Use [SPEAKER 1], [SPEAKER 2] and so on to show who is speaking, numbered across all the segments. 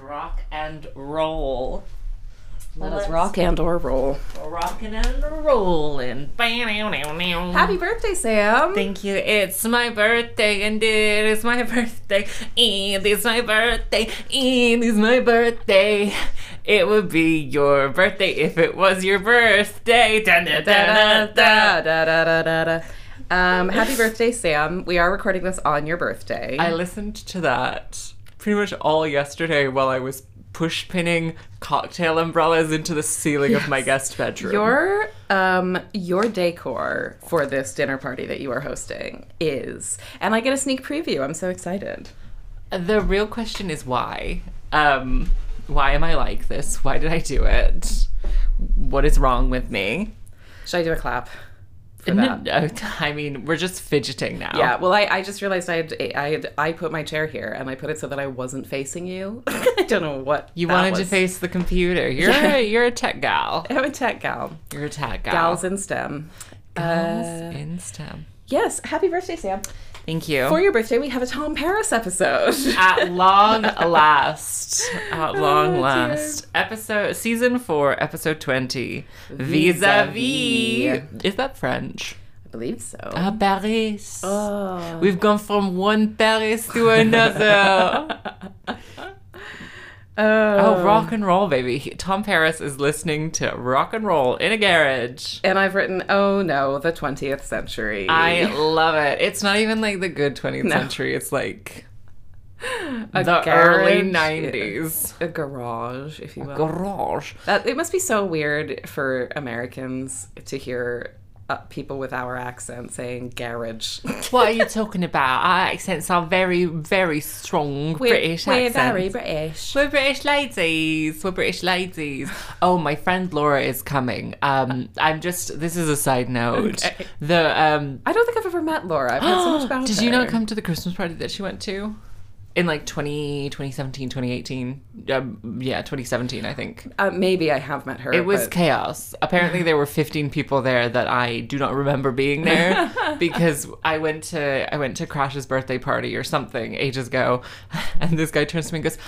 [SPEAKER 1] rock and roll.
[SPEAKER 2] Let us rock and or roll.
[SPEAKER 1] Rocking and rolling.
[SPEAKER 2] Happy
[SPEAKER 1] Happy
[SPEAKER 2] birthday, Sam.
[SPEAKER 1] Thank you. It's my birthday, and it is my birthday, and it's my birthday, and it's my birthday. It would be your birthday if it was your birthday. Dun, dun,
[SPEAKER 2] Da, da,
[SPEAKER 1] dun, dun,
[SPEAKER 2] da,
[SPEAKER 1] dun.
[SPEAKER 2] da, da, da, da, da. Um, happy birthday, Sam. We are recording this on your birthday.
[SPEAKER 1] I listened to that pretty much all yesterday while I was push pinning cocktail umbrellas into the ceiling of my guest bedroom.
[SPEAKER 2] Your um your decor for this dinner party that you are hosting is and I get a sneak preview. I'm so excited.
[SPEAKER 1] the real question is why? Um, why am I like this? Why did I do it? What is wrong with me?
[SPEAKER 2] Should I do a clap? For
[SPEAKER 1] No,
[SPEAKER 2] that?
[SPEAKER 1] no, I mean, we're just fidgeting now.
[SPEAKER 2] Yeah, well, I, I just realized I had, I had I put my chair here and I put it so that I wasn't facing you. I don't know what
[SPEAKER 1] You
[SPEAKER 2] that
[SPEAKER 1] wanted to
[SPEAKER 2] was.
[SPEAKER 1] face the computer. You're
[SPEAKER 2] Yeah.
[SPEAKER 1] a, you're a tech gal.
[SPEAKER 2] I'm a tech gal.
[SPEAKER 1] You're a tech gal. Uh,
[SPEAKER 2] Gals in STEM.
[SPEAKER 1] Gals in STEM.
[SPEAKER 2] Yes, happy birthday, Sam.
[SPEAKER 1] Thank you.
[SPEAKER 2] For your birthday, we have a Tom Paris episode.
[SPEAKER 1] at long last at
[SPEAKER 2] Oh,
[SPEAKER 1] long
[SPEAKER 2] dear.
[SPEAKER 1] last episode season 4 episode 20
[SPEAKER 2] Vis-a-vis.
[SPEAKER 1] vis-a-vis is that french
[SPEAKER 2] I believe so.
[SPEAKER 1] ah paris
[SPEAKER 2] Oh.
[SPEAKER 1] we've gone from one paris to another oh rock and roll baby He- tom paris is listening to rock and roll in a garage
[SPEAKER 2] And I've written, oh no, the 20th century.
[SPEAKER 1] i love it it's not even like the good 20th
[SPEAKER 2] No.
[SPEAKER 1] century it's like
[SPEAKER 2] A
[SPEAKER 1] the early
[SPEAKER 2] garage.
[SPEAKER 1] 90s
[SPEAKER 2] A garage, if you
[SPEAKER 1] Oh,
[SPEAKER 2] will.
[SPEAKER 1] garage
[SPEAKER 2] That it must be so weird for Americans to hear uh, people with our accent saying garage.
[SPEAKER 1] What are you talking about? Our accents are very, very strong British accents.
[SPEAKER 2] British.
[SPEAKER 1] We're British ladies. We're British ladies. Oh, my friend Laura is coming. Um, I'm just. This is a side note.
[SPEAKER 2] Okay.
[SPEAKER 1] The um,
[SPEAKER 2] I don't think I've ever met Laura. I've heard so much about
[SPEAKER 1] did you
[SPEAKER 2] her.
[SPEAKER 1] not come to the Christmas party that she went to? In like 20, 2017, 2018. Um, yeah, 2017, I think.
[SPEAKER 2] Uh, maybe I have met her.
[SPEAKER 1] It was
[SPEAKER 2] but-
[SPEAKER 1] chaos. Apparently, there were 15 people there that I do not remember being there because I went to I went to Crash's birthday party or something ages ago, and this guy turns to me and goes,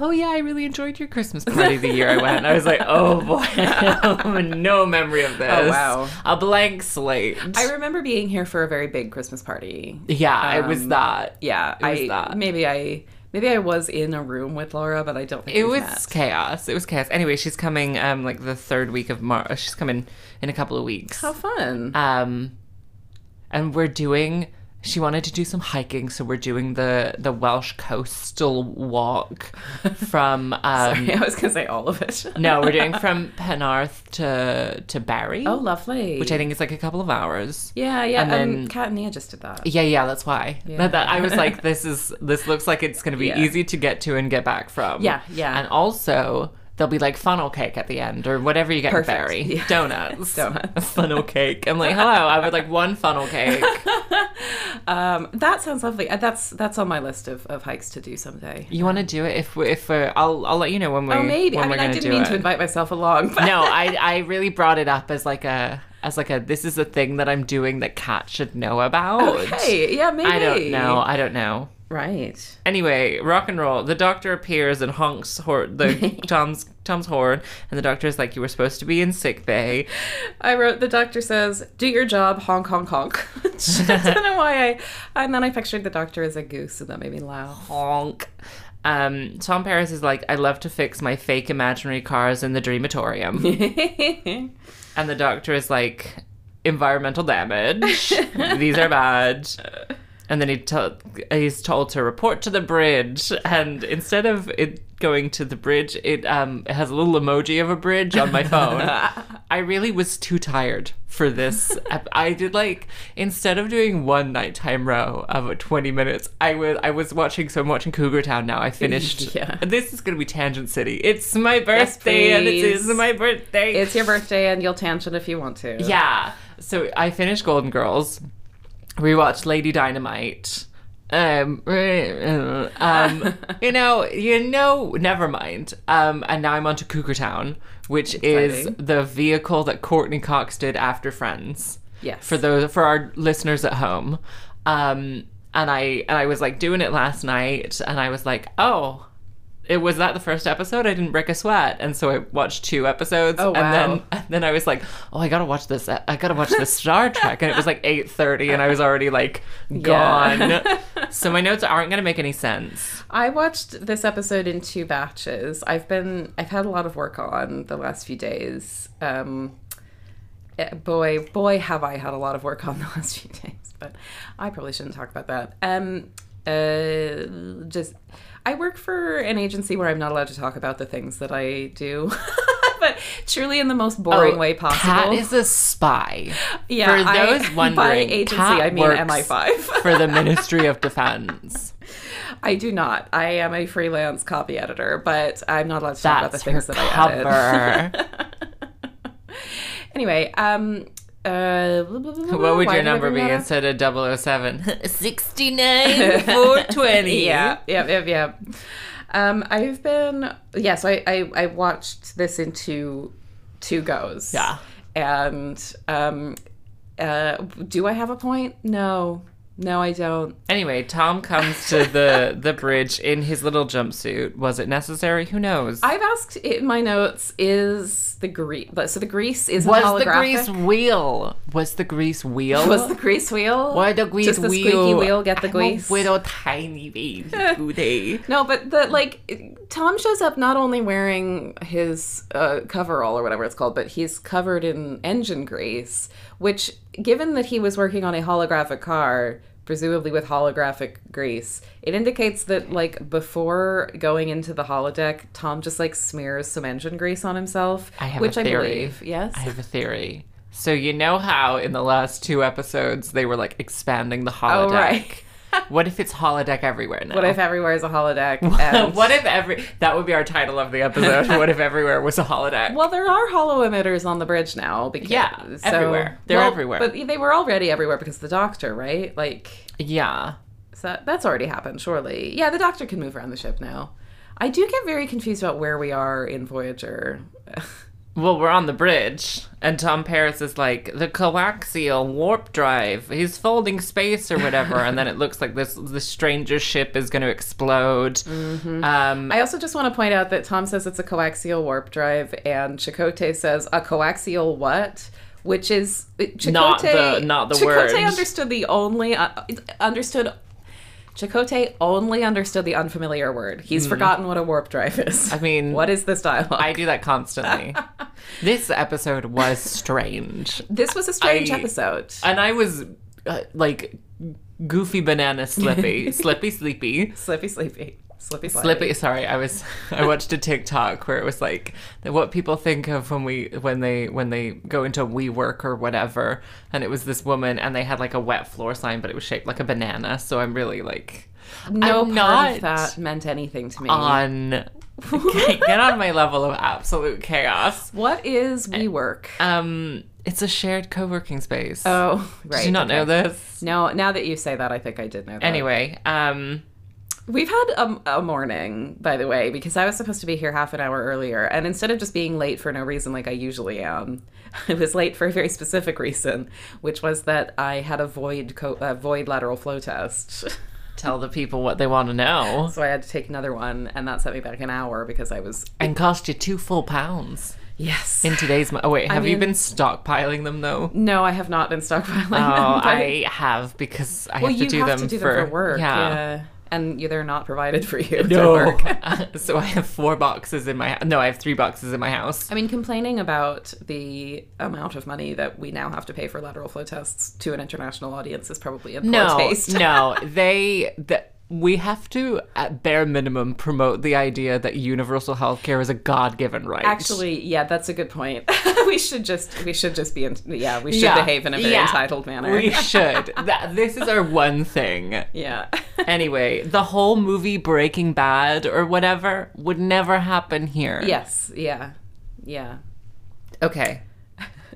[SPEAKER 1] "Oh yeah, I really enjoyed your Christmas party the year I went." And I was like, "Oh boy, no memory of this.
[SPEAKER 2] Oh, wow.
[SPEAKER 1] a blank slate."
[SPEAKER 2] I remember being here for a very big Christmas party.
[SPEAKER 1] yeah, it was
[SPEAKER 2] Um,
[SPEAKER 1] that.
[SPEAKER 2] Yeah,
[SPEAKER 1] was
[SPEAKER 2] I
[SPEAKER 1] that.
[SPEAKER 2] maybe I maybe I was in a room with Laura, but I don't think
[SPEAKER 1] It was
[SPEAKER 2] we've met.
[SPEAKER 1] chaos. It was chaos. Anyway, she's coming um like the third week of March. She's coming in a couple of weeks.
[SPEAKER 2] How fun!
[SPEAKER 1] um and we're doing she wanted to do some hiking so we're doing the the welsh coastal walk from um
[SPEAKER 2] I was gonna say all of it.
[SPEAKER 1] no we're doing from penarth to to barry
[SPEAKER 2] Oh, lovely.
[SPEAKER 1] which i think is like a couple of hours
[SPEAKER 2] Yeah, yeah.
[SPEAKER 1] And
[SPEAKER 2] um,
[SPEAKER 1] then-
[SPEAKER 2] Kat and Nia just did that.
[SPEAKER 1] yeah yeah that's why
[SPEAKER 2] Yeah.
[SPEAKER 1] that, i was like this is this looks like it's gonna be
[SPEAKER 2] Yeah.
[SPEAKER 1] easy to get to and get back from
[SPEAKER 2] Yeah, yeah.
[SPEAKER 1] and also there'll be like funnel cake at the end or whatever you get in
[SPEAKER 2] Perfect.
[SPEAKER 1] barry
[SPEAKER 2] Yeah.
[SPEAKER 1] donuts
[SPEAKER 2] Donuts.
[SPEAKER 1] funnel cake i'm like hello i would like one funnel cake
[SPEAKER 2] Um, that sounds lovely. Uh, That's that's on my list of, of hikes to do someday.
[SPEAKER 1] You want to do it if we, if we're, I'll I'll let you know when we
[SPEAKER 2] Oh, maybe.
[SPEAKER 1] when
[SPEAKER 2] I
[SPEAKER 1] we're
[SPEAKER 2] mean, I
[SPEAKER 1] gonna do
[SPEAKER 2] didn't mean
[SPEAKER 1] it.
[SPEAKER 2] to invite myself along. But
[SPEAKER 1] no, I I really brought it up as like a as like a this is a thing that I'm doing that Kat should know about.
[SPEAKER 2] Hey, yeah, maybe.
[SPEAKER 1] I don't know. I don't know.
[SPEAKER 2] Right.
[SPEAKER 1] Anyway, rock and roll. The doctor appears and honks hor- the Tom's Tom's horn, and the doctor is like, "You were supposed to be in sick bay."
[SPEAKER 2] I wrote the doctor says, "Do your job, honk, honk, honk." I don't know why I. And then I pictured the doctor as a goose, and that made me laugh.
[SPEAKER 1] Honk. Um, Tom Paris is like, "I love to fix my fake imaginary cars in the dreamatorium." And the doctor is like, environmental damage. These are bad. And then he to- he's told to report to the bridge. And instead of it going to the bridge, it um it has a little emoji of a bridge on my phone. I really was too tired for this. ep- I did like instead of doing one nighttime row of 20 minutes, I was I was watching. So I'm watching Cougar Town now. I finished.
[SPEAKER 2] Yeah.
[SPEAKER 1] This is gonna be Tangent City. It's my birthday, and it
[SPEAKER 2] please.
[SPEAKER 1] is my birthday.
[SPEAKER 2] it's your birthday, and you'll tangent if you want to.
[SPEAKER 1] Yeah. So I finished Golden Girls. Rewatched Lady Dynamite. Um, um, you know, you know, never mind. Um, and now I'm on to Cougar Town, which is
[SPEAKER 2] Exciting.
[SPEAKER 1] the vehicle that Courtney Cox did after Friends
[SPEAKER 2] Yes.
[SPEAKER 1] for those for our listeners at home. Um, and I and I was like doing it last night, and I was like, oh, it was that the first episode. I didn't break a sweat, and so I watched two episodes,
[SPEAKER 2] Oh, wow.
[SPEAKER 1] and then and then I was like, oh, I gotta watch this. I gotta watch this Star Trek, and it was like eight thirty, and I was already like gone.
[SPEAKER 2] Yeah.
[SPEAKER 1] so my notes aren't gonna make any sense.
[SPEAKER 2] I watched this episode in two batches. I've been I've had a lot of work on the last few days. Um, eh, boy, boy, have I had a lot of work on the last few days. But I probably shouldn't talk about that. Um, uh, just I work for an agency where I'm not allowed to talk about the things that I do. But truly, in the most boring way possible.
[SPEAKER 1] Kat Oh, is a spy.
[SPEAKER 2] yeah,
[SPEAKER 1] for
[SPEAKER 2] I-
[SPEAKER 1] those wondering,
[SPEAKER 2] by agency,
[SPEAKER 1] Kat
[SPEAKER 2] I mean
[SPEAKER 1] works
[SPEAKER 2] MI5.
[SPEAKER 1] for the Ministry of Defense.
[SPEAKER 2] I do not. I am a freelance copy editor, but I'm not allowed to talk about the
[SPEAKER 1] That's her
[SPEAKER 2] things that I edit.
[SPEAKER 1] cover.
[SPEAKER 2] Anyway, um, uh, blah, blah, blah, blah, blah.
[SPEAKER 1] What would
[SPEAKER 2] Why
[SPEAKER 1] your
[SPEAKER 2] did I
[SPEAKER 1] number
[SPEAKER 2] bring
[SPEAKER 1] be
[SPEAKER 2] that up?
[SPEAKER 1] instead of 007? 69 420.
[SPEAKER 2] Yeah, yep, yep, yep. Um, I've been yeah, so I, I I watched this in two two goes.
[SPEAKER 1] Yeah.
[SPEAKER 2] and um, uh, do I have a point? No, no, I don't.
[SPEAKER 1] Anyway, Tom comes to the the bridge in his little jumpsuit. Was it necessary? Who knows?
[SPEAKER 2] I've asked in my notes: Is the grease? So the grease is
[SPEAKER 1] was the
[SPEAKER 2] holographic.
[SPEAKER 1] grease wheel? Was the grease wheel?
[SPEAKER 2] Was the grease wheel?
[SPEAKER 1] Oh. Why the grease
[SPEAKER 2] Just the
[SPEAKER 1] wheel?
[SPEAKER 2] squeaky wheel get the
[SPEAKER 1] I'm a
[SPEAKER 2] grease?
[SPEAKER 1] little tiny baby today.
[SPEAKER 2] No, but the like it- Tom shows up not only wearing his uh, coverall or whatever it's called, but he's covered in engine grease, which given that he was working on a holographic car, presumably with holographic grease, it indicates that like before going into the holodeck, Tom just like smears some engine grease on himself,
[SPEAKER 1] I have a
[SPEAKER 2] which
[SPEAKER 1] theory.
[SPEAKER 2] I believe. Yes.
[SPEAKER 1] I have a theory. So you know how in the last two episodes they were like expanding the holodeck.
[SPEAKER 2] oh right.
[SPEAKER 1] What if it's holodeck everywhere now?
[SPEAKER 2] what if everywhere is a holodeck? and-
[SPEAKER 1] what if every that would be our title of the episode? what if everywhere was a holodeck?
[SPEAKER 2] Well, there are hollow emitters on the bridge now. Because,
[SPEAKER 1] Yeah, everywhere. They're everywhere.
[SPEAKER 2] But they were already everywhere because of the doctor, right? Like,
[SPEAKER 1] yeah.
[SPEAKER 2] so that's already happened, surely. Yeah, the doctor can move around the ship now. I do get very confused about where we are in Voyager.
[SPEAKER 1] Well, we're on the bridge, and Tom Paris is like the coaxial warp drive. He's folding space or whatever, and then it looks like this the stranger ship is going to explode.
[SPEAKER 2] Mm-hmm.
[SPEAKER 1] Um,
[SPEAKER 2] I also just want to point out that Tom says it's a coaxial warp drive, and Chakotay says a coaxial what? Which is it- Chakotay,
[SPEAKER 1] Not the- not the
[SPEAKER 2] Chakotay
[SPEAKER 1] word.
[SPEAKER 2] understood the only uh, understood. Chakotay only understood the unfamiliar word. He's forgotten what a warp drive is.
[SPEAKER 1] Hmm. I mean,
[SPEAKER 2] what is this dialogue?
[SPEAKER 1] I do that constantly. this episode was strange,
[SPEAKER 2] this was a strange
[SPEAKER 1] I-
[SPEAKER 2] episode.
[SPEAKER 1] and I was uh, like goofy banana slippy, slippy sleepy.
[SPEAKER 2] Slippy, sleepy, slippy, slidey.
[SPEAKER 1] Slippy. Sorry, I was. I watched a TikTok where it was like that what people think of when we when they when they go into WeWork or whatever, and it was this woman, and they had like a wet floor sign, but it was shaped like a banana. So I'm really like,
[SPEAKER 2] No
[SPEAKER 1] I'm
[SPEAKER 2] part
[SPEAKER 1] not
[SPEAKER 2] of that meant anything to me.
[SPEAKER 1] on get on my level of absolute chaos.
[SPEAKER 2] what is WeWork?
[SPEAKER 1] Um, it's a shared co-working space.
[SPEAKER 2] Oh, right.
[SPEAKER 1] Did you not know
[SPEAKER 2] okay.
[SPEAKER 1] this?
[SPEAKER 2] No, now that you say that, I think I did know that.
[SPEAKER 1] Anyway, um,
[SPEAKER 2] We've had a, a morning, by the way, because I was supposed to be here half an hour earlier. And instead of just being late for no reason like I usually am, I was late for a very specific reason, which was that I had a void, co- uh, void lateral flow test.
[SPEAKER 1] tell the people what they want to know,
[SPEAKER 2] so I had to take another one, and that set me back an hour because I was.
[SPEAKER 1] and cost you two full pounds.
[SPEAKER 2] Yes.
[SPEAKER 1] in today's mo- oh wait have you
[SPEAKER 2] mean-
[SPEAKER 1] been stockpiling them though oh
[SPEAKER 2] no, I have not been stockpiling. them, but-
[SPEAKER 1] i have because i
[SPEAKER 2] well,
[SPEAKER 1] have to
[SPEAKER 2] you
[SPEAKER 1] do, them,
[SPEAKER 2] have to do
[SPEAKER 1] for,
[SPEAKER 2] them for work. yeah. And you, they're not provided for you.
[SPEAKER 1] no
[SPEAKER 2] To work.
[SPEAKER 1] so i have four boxes in my hou- no i have three boxes in my house
[SPEAKER 2] I mean, complaining about the amount of money that we now have to pay for lateral flow tests to an international audience is probably in poor
[SPEAKER 1] no
[SPEAKER 2] taste.
[SPEAKER 1] no they the, we have to at bare minimum promote the idea that universal health care is a god-given right
[SPEAKER 2] Actually, yeah, that's a good point. we should just we should just be in, yeah we should
[SPEAKER 1] Yeah,
[SPEAKER 2] behave in a very
[SPEAKER 1] yeah.
[SPEAKER 2] entitled manner.
[SPEAKER 1] we should That- this is our one thing
[SPEAKER 2] yeah.
[SPEAKER 1] anyway the whole movie breaking bad or whatever would never happen here
[SPEAKER 2] yes. Yeah. Yeah.
[SPEAKER 1] okay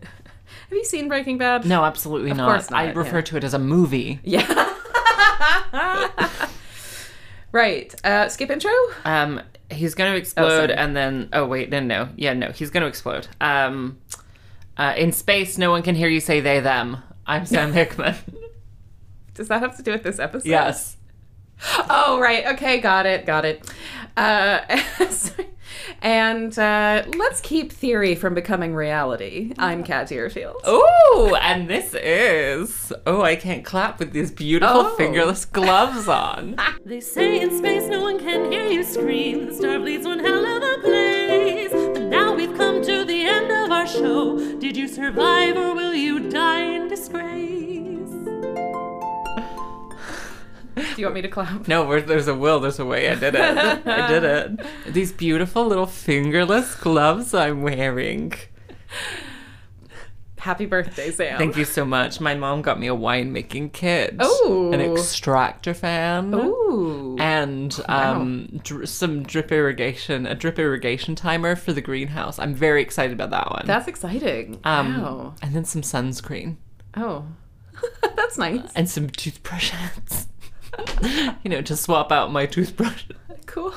[SPEAKER 2] Have you seen Breaking Bad?
[SPEAKER 1] No, absolutely not.
[SPEAKER 2] course
[SPEAKER 1] I
[SPEAKER 2] not,
[SPEAKER 1] refer
[SPEAKER 2] yeah.
[SPEAKER 1] to it as a movie.
[SPEAKER 2] Yeah. right. Uh, skip intro.
[SPEAKER 1] Um, he's going to explode,
[SPEAKER 2] sorry.
[SPEAKER 1] and then oh wait, no, no, yeah, no, he's going to explode. Um, uh, in space, no one can hear you say they them. I'm Sam Hickman.
[SPEAKER 2] Does that have to do with this episode?
[SPEAKER 1] yes,
[SPEAKER 2] Oh, right. Okay, got it, got it. Uh, and uh, let's keep theory from becoming reality. I'm Kat Deerfield.
[SPEAKER 1] Oh, and this is. Oh, I can't clap with these beautiful
[SPEAKER 2] Oh.
[SPEAKER 1] fingerless gloves on.
[SPEAKER 3] They say in space no one can hear you scream. The Starfleet's one hell of a place. But now we've come to the end of our show. Did you survive or will you die in disgrace?
[SPEAKER 2] Do you want me to clap?
[SPEAKER 1] no, we're, there's a will, there's a way. I did it. I did it. These beautiful little fingerless gloves I'm wearing.
[SPEAKER 2] Happy birthday, Sam.
[SPEAKER 3] Oh.
[SPEAKER 1] Thank you so much. My mom got me a winemaking kit.
[SPEAKER 3] Oh.
[SPEAKER 2] Ooh.
[SPEAKER 1] An extractor fan.
[SPEAKER 2] Ooh.
[SPEAKER 1] And um, dr- some drip irrigation, a drip irrigation timer for the greenhouse. I'm very excited about that one.
[SPEAKER 2] That's exciting.
[SPEAKER 1] um,
[SPEAKER 2] wow.
[SPEAKER 1] And then some sunscreen
[SPEAKER 2] Oh. That's nice.
[SPEAKER 1] and some toothbrushes. you know, to swap out my toothbrush.
[SPEAKER 2] Cool.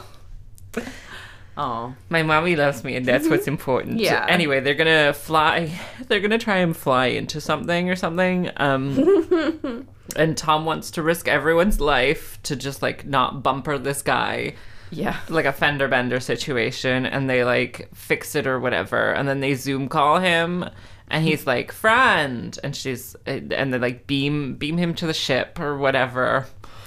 [SPEAKER 2] Oh.
[SPEAKER 1] My mommy loves me, and that's what's important.
[SPEAKER 2] Yeah.
[SPEAKER 1] Anyway, they're gonna fly. They're gonna try and fly into something or something. Um, and Tom wants to risk everyone's life to just like not bumper this guy,
[SPEAKER 2] Yeah.
[SPEAKER 1] like a fender bender situation. And they like fix it or whatever. And then they Zoom call him, and
[SPEAKER 2] Hmm.
[SPEAKER 1] he's like friend, and she's and they like beam beam him to the ship or whatever.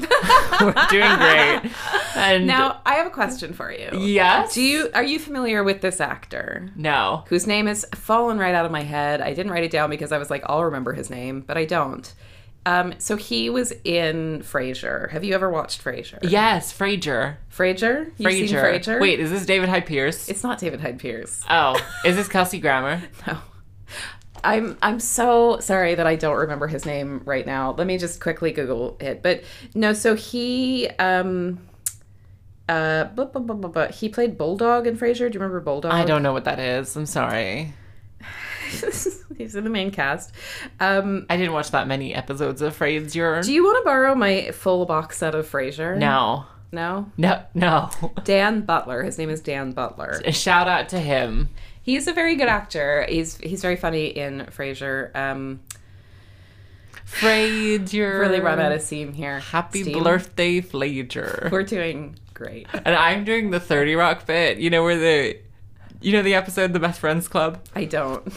[SPEAKER 1] We're doing great. And
[SPEAKER 2] Now, I have a question for you.
[SPEAKER 1] yes,
[SPEAKER 2] Do you are you familiar with this actor?
[SPEAKER 1] no.
[SPEAKER 2] Whose name is fallen right out of my head. I didn't write it down because I was like, I'll remember his name, but I don't. Um, so he was in Frasier. Have you ever watched Frasier?
[SPEAKER 1] Yes, Frager.
[SPEAKER 2] Frasier? You've seen
[SPEAKER 1] Frasier.
[SPEAKER 2] Frasier?
[SPEAKER 1] Wait, is this David Hyde Pierce?
[SPEAKER 2] It's not David Hyde Pierce.
[SPEAKER 1] oh, is this Kelsey Grammer?
[SPEAKER 2] No. I'm I'm so sorry that I don't remember his name right now. Let me just quickly Google it. But no, so he um uh blah, blah, blah, blah, blah. he played Bulldog in Frasier. Do you remember Bulldog?
[SPEAKER 1] I don't know what that is. I'm sorry.
[SPEAKER 2] He's in the main cast. Um
[SPEAKER 1] I didn't watch that many episodes of Frasier.
[SPEAKER 2] do you want to borrow my full box set of Frasier?
[SPEAKER 1] no,
[SPEAKER 2] No?
[SPEAKER 1] no, no.
[SPEAKER 2] Dan Butler. His name is Dan Butler.
[SPEAKER 1] A shout out to him.
[SPEAKER 2] He's a very good actor. He's he's very funny in Frasier. Um
[SPEAKER 1] Frasier.
[SPEAKER 2] really run out of steam here.
[SPEAKER 1] Um, Happy
[SPEAKER 2] Steam.
[SPEAKER 1] birthday, Frasier.
[SPEAKER 2] We're doing great.
[SPEAKER 1] And I'm doing the 30 Rock bit. You know where the, you know the episode, The Best Friends Club.
[SPEAKER 2] I don't.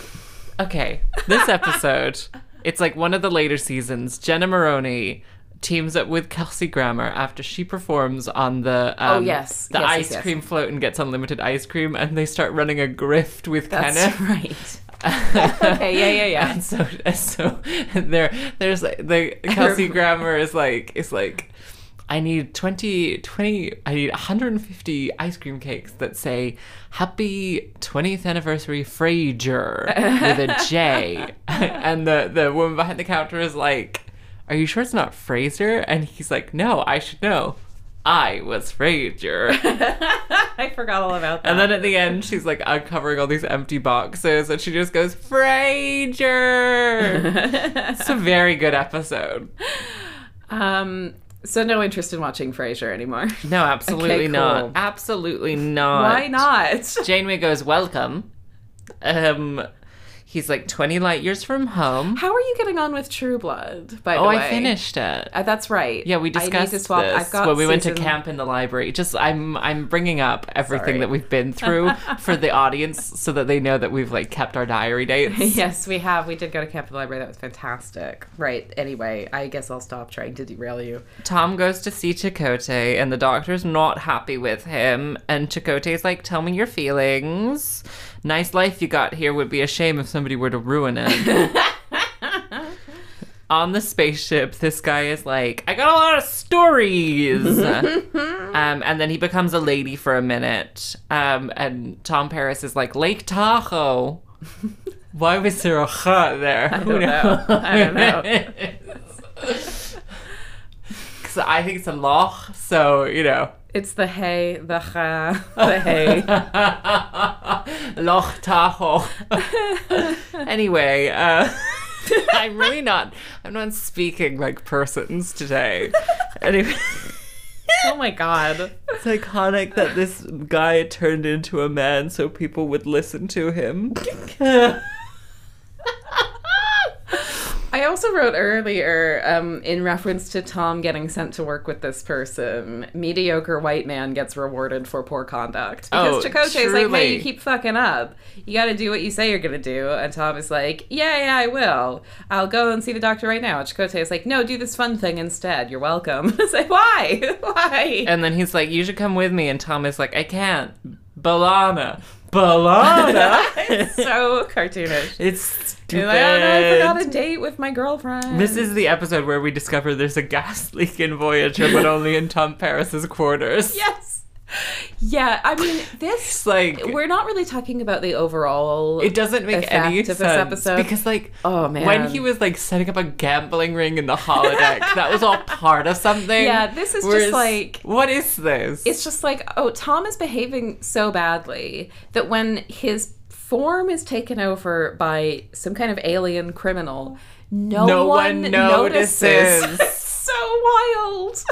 [SPEAKER 1] Okay, this episode, it's like one of the later seasons. Jenna Maroney teams up with Kelsey Grammer after she performs on the um,
[SPEAKER 2] Oh, yes.
[SPEAKER 1] the
[SPEAKER 2] Yes, yes,
[SPEAKER 1] ice
[SPEAKER 2] yes.
[SPEAKER 1] cream float and gets unlimited ice cream, and they start running a grift with
[SPEAKER 2] That's
[SPEAKER 1] Kenneth.
[SPEAKER 2] right. Okay, yeah, yeah, yeah.
[SPEAKER 1] And so, and so there, there's like the Kelsey Grammer is like is like. I need 20, 20, I need 150 ice cream cakes that say happy 20th anniversary Frasier with a J. and the, the woman behind the counter is like, are you sure it's not Fraser? And he's like, no, I should know. I was Frasier.
[SPEAKER 2] I forgot all about that.
[SPEAKER 1] And then at the end, she's like uncovering all these empty boxes, and she just goes, Frager! it's a very good episode.
[SPEAKER 2] um, so no interest in watching Frasier anymore.
[SPEAKER 1] No, absolutely
[SPEAKER 2] Okay, cool.
[SPEAKER 1] not. Absolutely not.
[SPEAKER 2] Why not?
[SPEAKER 1] Janeway goes, Welcome. Um, he's like 20 light years from home.
[SPEAKER 2] How are you getting on with True Blood? By
[SPEAKER 1] Oh,
[SPEAKER 2] the way,
[SPEAKER 1] I finished it.
[SPEAKER 2] Uh, that's right.
[SPEAKER 1] Yeah, we
[SPEAKER 2] I need
[SPEAKER 1] discussed
[SPEAKER 2] to swap-
[SPEAKER 1] this
[SPEAKER 2] I've got
[SPEAKER 1] when we went to
[SPEAKER 2] season-
[SPEAKER 1] camp in the library. Just I'm I'm bringing up everything
[SPEAKER 2] Sorry.
[SPEAKER 1] that we've been through for the audience, so that they know that we've like kept our diary dates.
[SPEAKER 2] Yes, we have. We did go to camp at the library. That was fantastic. Right. Anyway, I guess I'll stop trying to derail you.
[SPEAKER 1] Tom goes to see Chakotay, and the doctor's not happy with him. And Chakotay's like, "Tell me your feelings. Nice life you got here. Would be a shame if somebody were to ruin it." On the spaceship, this guy is like, "I got a lot of stories," um, and then he becomes a lady for a minute. Um, and Tom Paris is like, "Lake Tahoe." Why was there a ha there? I
[SPEAKER 2] don't know. I don't
[SPEAKER 1] know. Because I think it's a loch, so you know.
[SPEAKER 2] It's the hay, the ha, the hay.
[SPEAKER 1] Oh Loch Tahoe. anyway, uh, I'm really not. I'm not speaking like persons today. Anyway,
[SPEAKER 2] oh my god.
[SPEAKER 1] it's iconic that this guy turned into a man so people would listen to him.
[SPEAKER 2] I I also wrote earlier um, in reference to Tom getting sent to work with this person. Mediocre white man gets rewarded for poor conduct because
[SPEAKER 1] Oh,
[SPEAKER 2] Chakotay is like, "Hey,
[SPEAKER 1] truly.
[SPEAKER 2] you keep fucking up. You got to do what you say you're gonna do." And Tom is like, "Yeah, yeah, I will. I'll go and see the doctor right now." And Chakotay is like, "No, do this fun thing instead. You're welcome." it's like, why? why?
[SPEAKER 1] And then he's like, "You should come with me." And Tom is like, "I can't." Balana, Balana.
[SPEAKER 2] it's so cartoonish.
[SPEAKER 1] it's
[SPEAKER 2] You're
[SPEAKER 1] stupid.
[SPEAKER 2] like, oh no, I forgot a date with my girlfriend.
[SPEAKER 1] This is the episode where we discover there's a gas leak in Voyager, but only in Tom Paris's quarters.
[SPEAKER 2] yes. Yeah, I mean this.
[SPEAKER 1] It's like
[SPEAKER 2] We're not really talking about the overall.
[SPEAKER 1] it doesn't make any
[SPEAKER 2] effect
[SPEAKER 1] sense
[SPEAKER 2] of this episode.
[SPEAKER 1] because like
[SPEAKER 2] Oh, man.
[SPEAKER 1] when he was like setting up a gambling ring in the holodeck, that was all part of something.
[SPEAKER 2] Yeah, this is just, like-
[SPEAKER 1] what is this?
[SPEAKER 2] it's just like, oh, Tom is behaving so badly that when his form is taken over by some kind of alien criminal, no,
[SPEAKER 1] No
[SPEAKER 2] one,
[SPEAKER 1] one
[SPEAKER 2] notices.
[SPEAKER 1] notices.
[SPEAKER 2] It's so wild.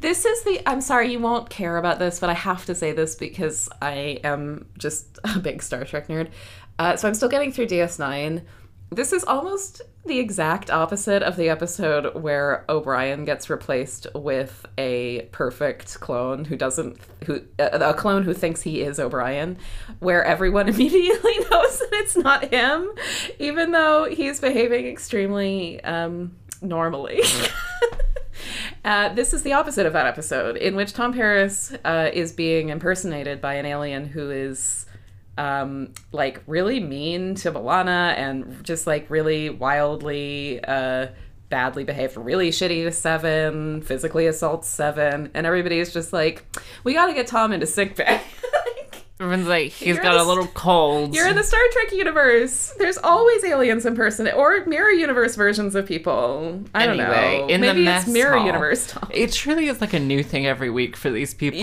[SPEAKER 2] This is the. I'm sorry, you won't care about this, but I have to say this because I am just a big Star Trek nerd. Uh, so I'm still getting through DS9. This is almost the exact opposite of the episode where O'Brien gets replaced with a perfect clone who doesn't who a a clone who thinks he is O'Brien, where everyone immediately knows that it's not him, even though he's behaving extremely um, normally. Uh, this is the opposite of that episode, in which Tom Paris uh, is being impersonated by an alien who is um, like really mean to Milana and just like really wildly uh, badly behaved, really shitty to Seven, physically assaults Seven, and everybody is just like, we got to get Tom into sick bay. Like,
[SPEAKER 1] Everyone's like, he's
[SPEAKER 2] You're
[SPEAKER 1] got a
[SPEAKER 2] just-
[SPEAKER 1] little cold.
[SPEAKER 2] You're in the Star Trek universe. There's always aliens in person, or mirror universe versions of people. I don't
[SPEAKER 1] Anyway,
[SPEAKER 2] know.
[SPEAKER 1] in the
[SPEAKER 2] Maybe
[SPEAKER 1] mess
[SPEAKER 2] it's mirror
[SPEAKER 1] hall.
[SPEAKER 2] universe Tom.
[SPEAKER 1] it truly is like a new thing every week for these people.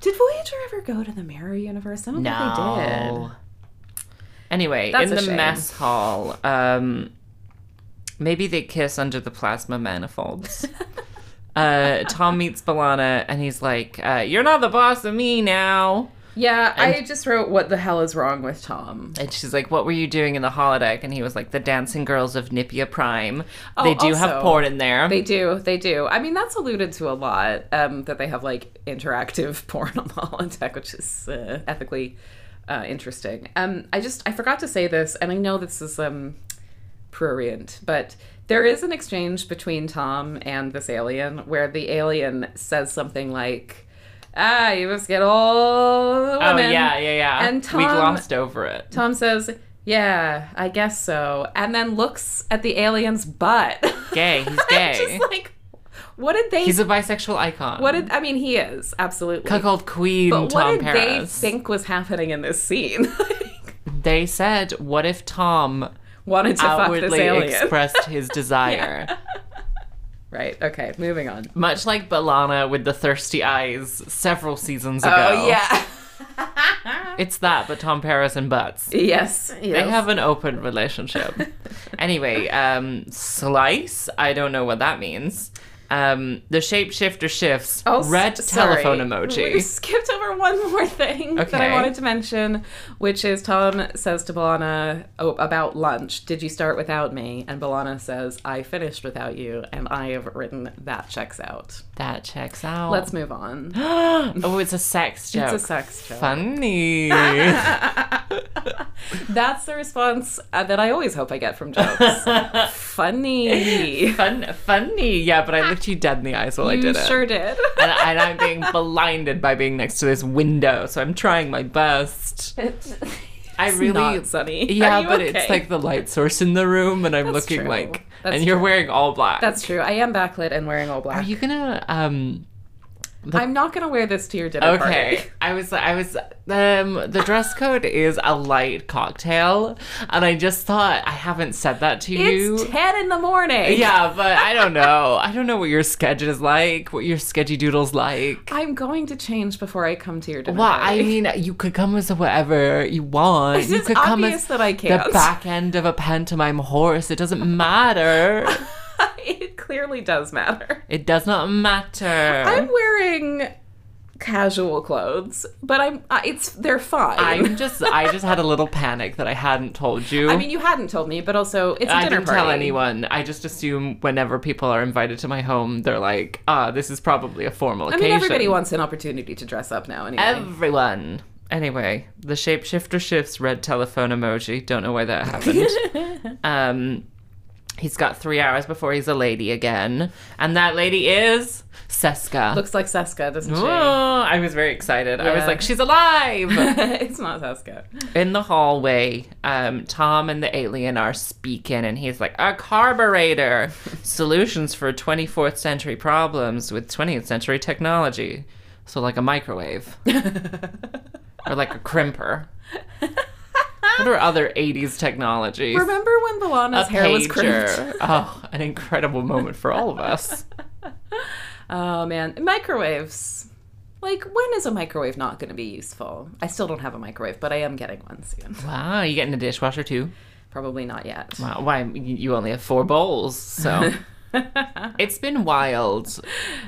[SPEAKER 2] Did Voyager ever go to the mirror universe? I don't think they did.
[SPEAKER 1] No. Anyway,
[SPEAKER 2] That's
[SPEAKER 1] in
[SPEAKER 2] a
[SPEAKER 1] the
[SPEAKER 2] shame.
[SPEAKER 1] mess hall, um, maybe they kiss under the plasma manifolds. uh, Tom meets Balana, and he's like, uh, "You're not the boss of me now."
[SPEAKER 2] Yeah, I just wrote what the hell is wrong with Tom.
[SPEAKER 1] And she's like, "What were you doing in the holodeck?" And he was like, "The dancing girls of Nipia Prime.
[SPEAKER 2] Oh,
[SPEAKER 1] they do have
[SPEAKER 2] also,
[SPEAKER 1] porn in there."
[SPEAKER 2] They do, they do. I mean, that's alluded to a lot um, that they have like interactive porn on the holodeck, which is uh, ethically uh, interesting. Um, I just I forgot to say this, and I know this is um, prurient, but there is an exchange between Tom and this alien where the alien says something like, "Ah, you must get all the
[SPEAKER 1] oh
[SPEAKER 2] women."
[SPEAKER 1] yeah, yeah, yeah.
[SPEAKER 2] And
[SPEAKER 1] we
[SPEAKER 2] Tom-
[SPEAKER 1] glossed over it.
[SPEAKER 2] Tom says, "Yeah, I guess so," and then looks at the alien's butt.
[SPEAKER 1] Gay, he's
[SPEAKER 2] I'm
[SPEAKER 1] gay.
[SPEAKER 2] just like, what did they?
[SPEAKER 1] He's a bisexual icon.
[SPEAKER 2] what did I mean? He is absolutely.
[SPEAKER 1] cuckold queen
[SPEAKER 2] but
[SPEAKER 1] Tom
[SPEAKER 2] what did
[SPEAKER 1] Paris?
[SPEAKER 2] they think was happening in this scene? Like,
[SPEAKER 1] They said, "What if Tom
[SPEAKER 2] Wanted to fuck this
[SPEAKER 1] outwardly
[SPEAKER 2] alien,
[SPEAKER 1] expressed his desire,
[SPEAKER 2] right? Okay, moving on.
[SPEAKER 1] much like Balana with the thirsty eyes several seasons ago?"
[SPEAKER 2] Oh yeah,
[SPEAKER 1] it's that, but Tom Paris and butts.
[SPEAKER 2] yes, yes.
[SPEAKER 1] They have an open relationship. anyway, um, slice. I don't know what that means. Um, the shapeshifter shifts.
[SPEAKER 2] Oh,
[SPEAKER 1] red
[SPEAKER 2] s- sorry.
[SPEAKER 1] telephone
[SPEAKER 2] We
[SPEAKER 1] emoji.
[SPEAKER 2] skipped over one more thing that I
[SPEAKER 1] Okay.
[SPEAKER 2] wanted to mention, which is Tom says to Balana oh, about lunch. Did you start without me? And Balana says, I finished without you, and I have written that checks out.
[SPEAKER 1] That checks out.
[SPEAKER 2] Let's move on.
[SPEAKER 1] oh, it's a sex joke.
[SPEAKER 2] It's a sex joke.
[SPEAKER 1] Funny.
[SPEAKER 2] That's the response uh, that I always hope I get from jokes. Funny.
[SPEAKER 1] Fun, funny. Yeah, but I looked you dead in the eyes while I
[SPEAKER 2] you
[SPEAKER 1] did it.
[SPEAKER 2] sure did.
[SPEAKER 1] and, and I'm being blinded by being next to this window, so I'm trying my best. I
[SPEAKER 2] It's
[SPEAKER 1] really
[SPEAKER 2] not sunny.
[SPEAKER 1] Yeah,
[SPEAKER 2] Are you
[SPEAKER 1] but
[SPEAKER 2] okay?
[SPEAKER 1] it's like the light source in the room, and I'm
[SPEAKER 2] That's
[SPEAKER 1] looking
[SPEAKER 2] true.
[SPEAKER 1] like,
[SPEAKER 2] That's
[SPEAKER 1] and you're
[SPEAKER 2] true.
[SPEAKER 1] wearing all black.
[SPEAKER 2] That's true. I am backlit and wearing all
[SPEAKER 1] Are
[SPEAKER 2] black.
[SPEAKER 1] you gonna? Um.
[SPEAKER 2] I'm not gonna wear this to your dinner party.
[SPEAKER 1] Okay. I was. I was. Um. The dress code is a light cocktail, and I just thought I haven't said that to you.
[SPEAKER 2] It's 10 in the morning.
[SPEAKER 1] yeah, but I don't know. I don't know what your sketch is like. What your sketchy doodles like.
[SPEAKER 2] I'm going to change before I come to your dinner.
[SPEAKER 1] Well, I
[SPEAKER 2] party.
[SPEAKER 1] mean, you could come as whatever you want.
[SPEAKER 2] It's
[SPEAKER 1] you
[SPEAKER 2] just
[SPEAKER 1] could come
[SPEAKER 2] obvious
[SPEAKER 1] as
[SPEAKER 2] that I can't.
[SPEAKER 1] the back end of a pantomime horse. It doesn't matter.
[SPEAKER 2] it clearly does matter.
[SPEAKER 1] it does not matter.
[SPEAKER 2] I'm wearing casual clothes, but I'm I, it's they're fine.
[SPEAKER 1] I'm just I just had a little panic that I hadn't told you.
[SPEAKER 2] I mean, you hadn't told me, but also it's a
[SPEAKER 1] I
[SPEAKER 2] dinner
[SPEAKER 1] didn't
[SPEAKER 2] party.
[SPEAKER 1] tell anyone. I just assume whenever people are invited to my home, they're like, ah, this is probably a formal
[SPEAKER 2] I
[SPEAKER 1] occasion.
[SPEAKER 2] mean, everybody wants an opportunity to dress up now. Anyway,
[SPEAKER 1] Everyone. Anyway, the shapeshifter shifts red telephone emoji. Don't know why that happened. um, he's got three hours before he's a lady again, and that lady is Seska.
[SPEAKER 2] looks like Seska, doesn't
[SPEAKER 1] Ooh,
[SPEAKER 2] she?
[SPEAKER 1] I was very excited. I was
[SPEAKER 2] Yeah.
[SPEAKER 1] like, she's alive.
[SPEAKER 2] it's not Seska.
[SPEAKER 1] In the hallway, um, Tom and the alien are speaking, and he's like, A carburetor! Solutions for 24th century problems with 20th century technology. So, like a microwave or like a crimper. What are other 80s technologies?
[SPEAKER 2] Remember when Balana's
[SPEAKER 1] a
[SPEAKER 2] hair was
[SPEAKER 1] pager.
[SPEAKER 2] crimped?
[SPEAKER 1] oh, an incredible moment for all of us.
[SPEAKER 2] Oh man, microwaves. Like, when is a microwave not going to be useful? I still don't have a microwave, but I am getting one soon.
[SPEAKER 1] Wow, you getting a dishwasher too?
[SPEAKER 2] Probably not yet.
[SPEAKER 1] Wow, why? You only have four bowls, so. it's been wild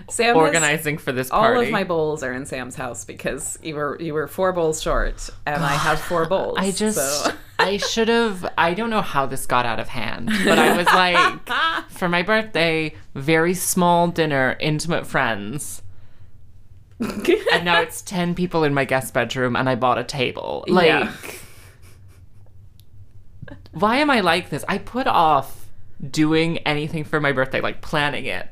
[SPEAKER 2] Sam has-
[SPEAKER 1] organizing for this party.
[SPEAKER 2] all of my bowls are in Sam's house because you were you were four bowls short, and I have four bowls.
[SPEAKER 1] I just,
[SPEAKER 2] so.
[SPEAKER 1] I should have, I don't know how this got out of hand, but I was like, for my birthday, very small dinner, intimate friends. And now it's 10 people in my guest bedroom, and I bought a table. Like,
[SPEAKER 2] Yeah.
[SPEAKER 1] why am I like this? I put off doing anything for my birthday, like planning it,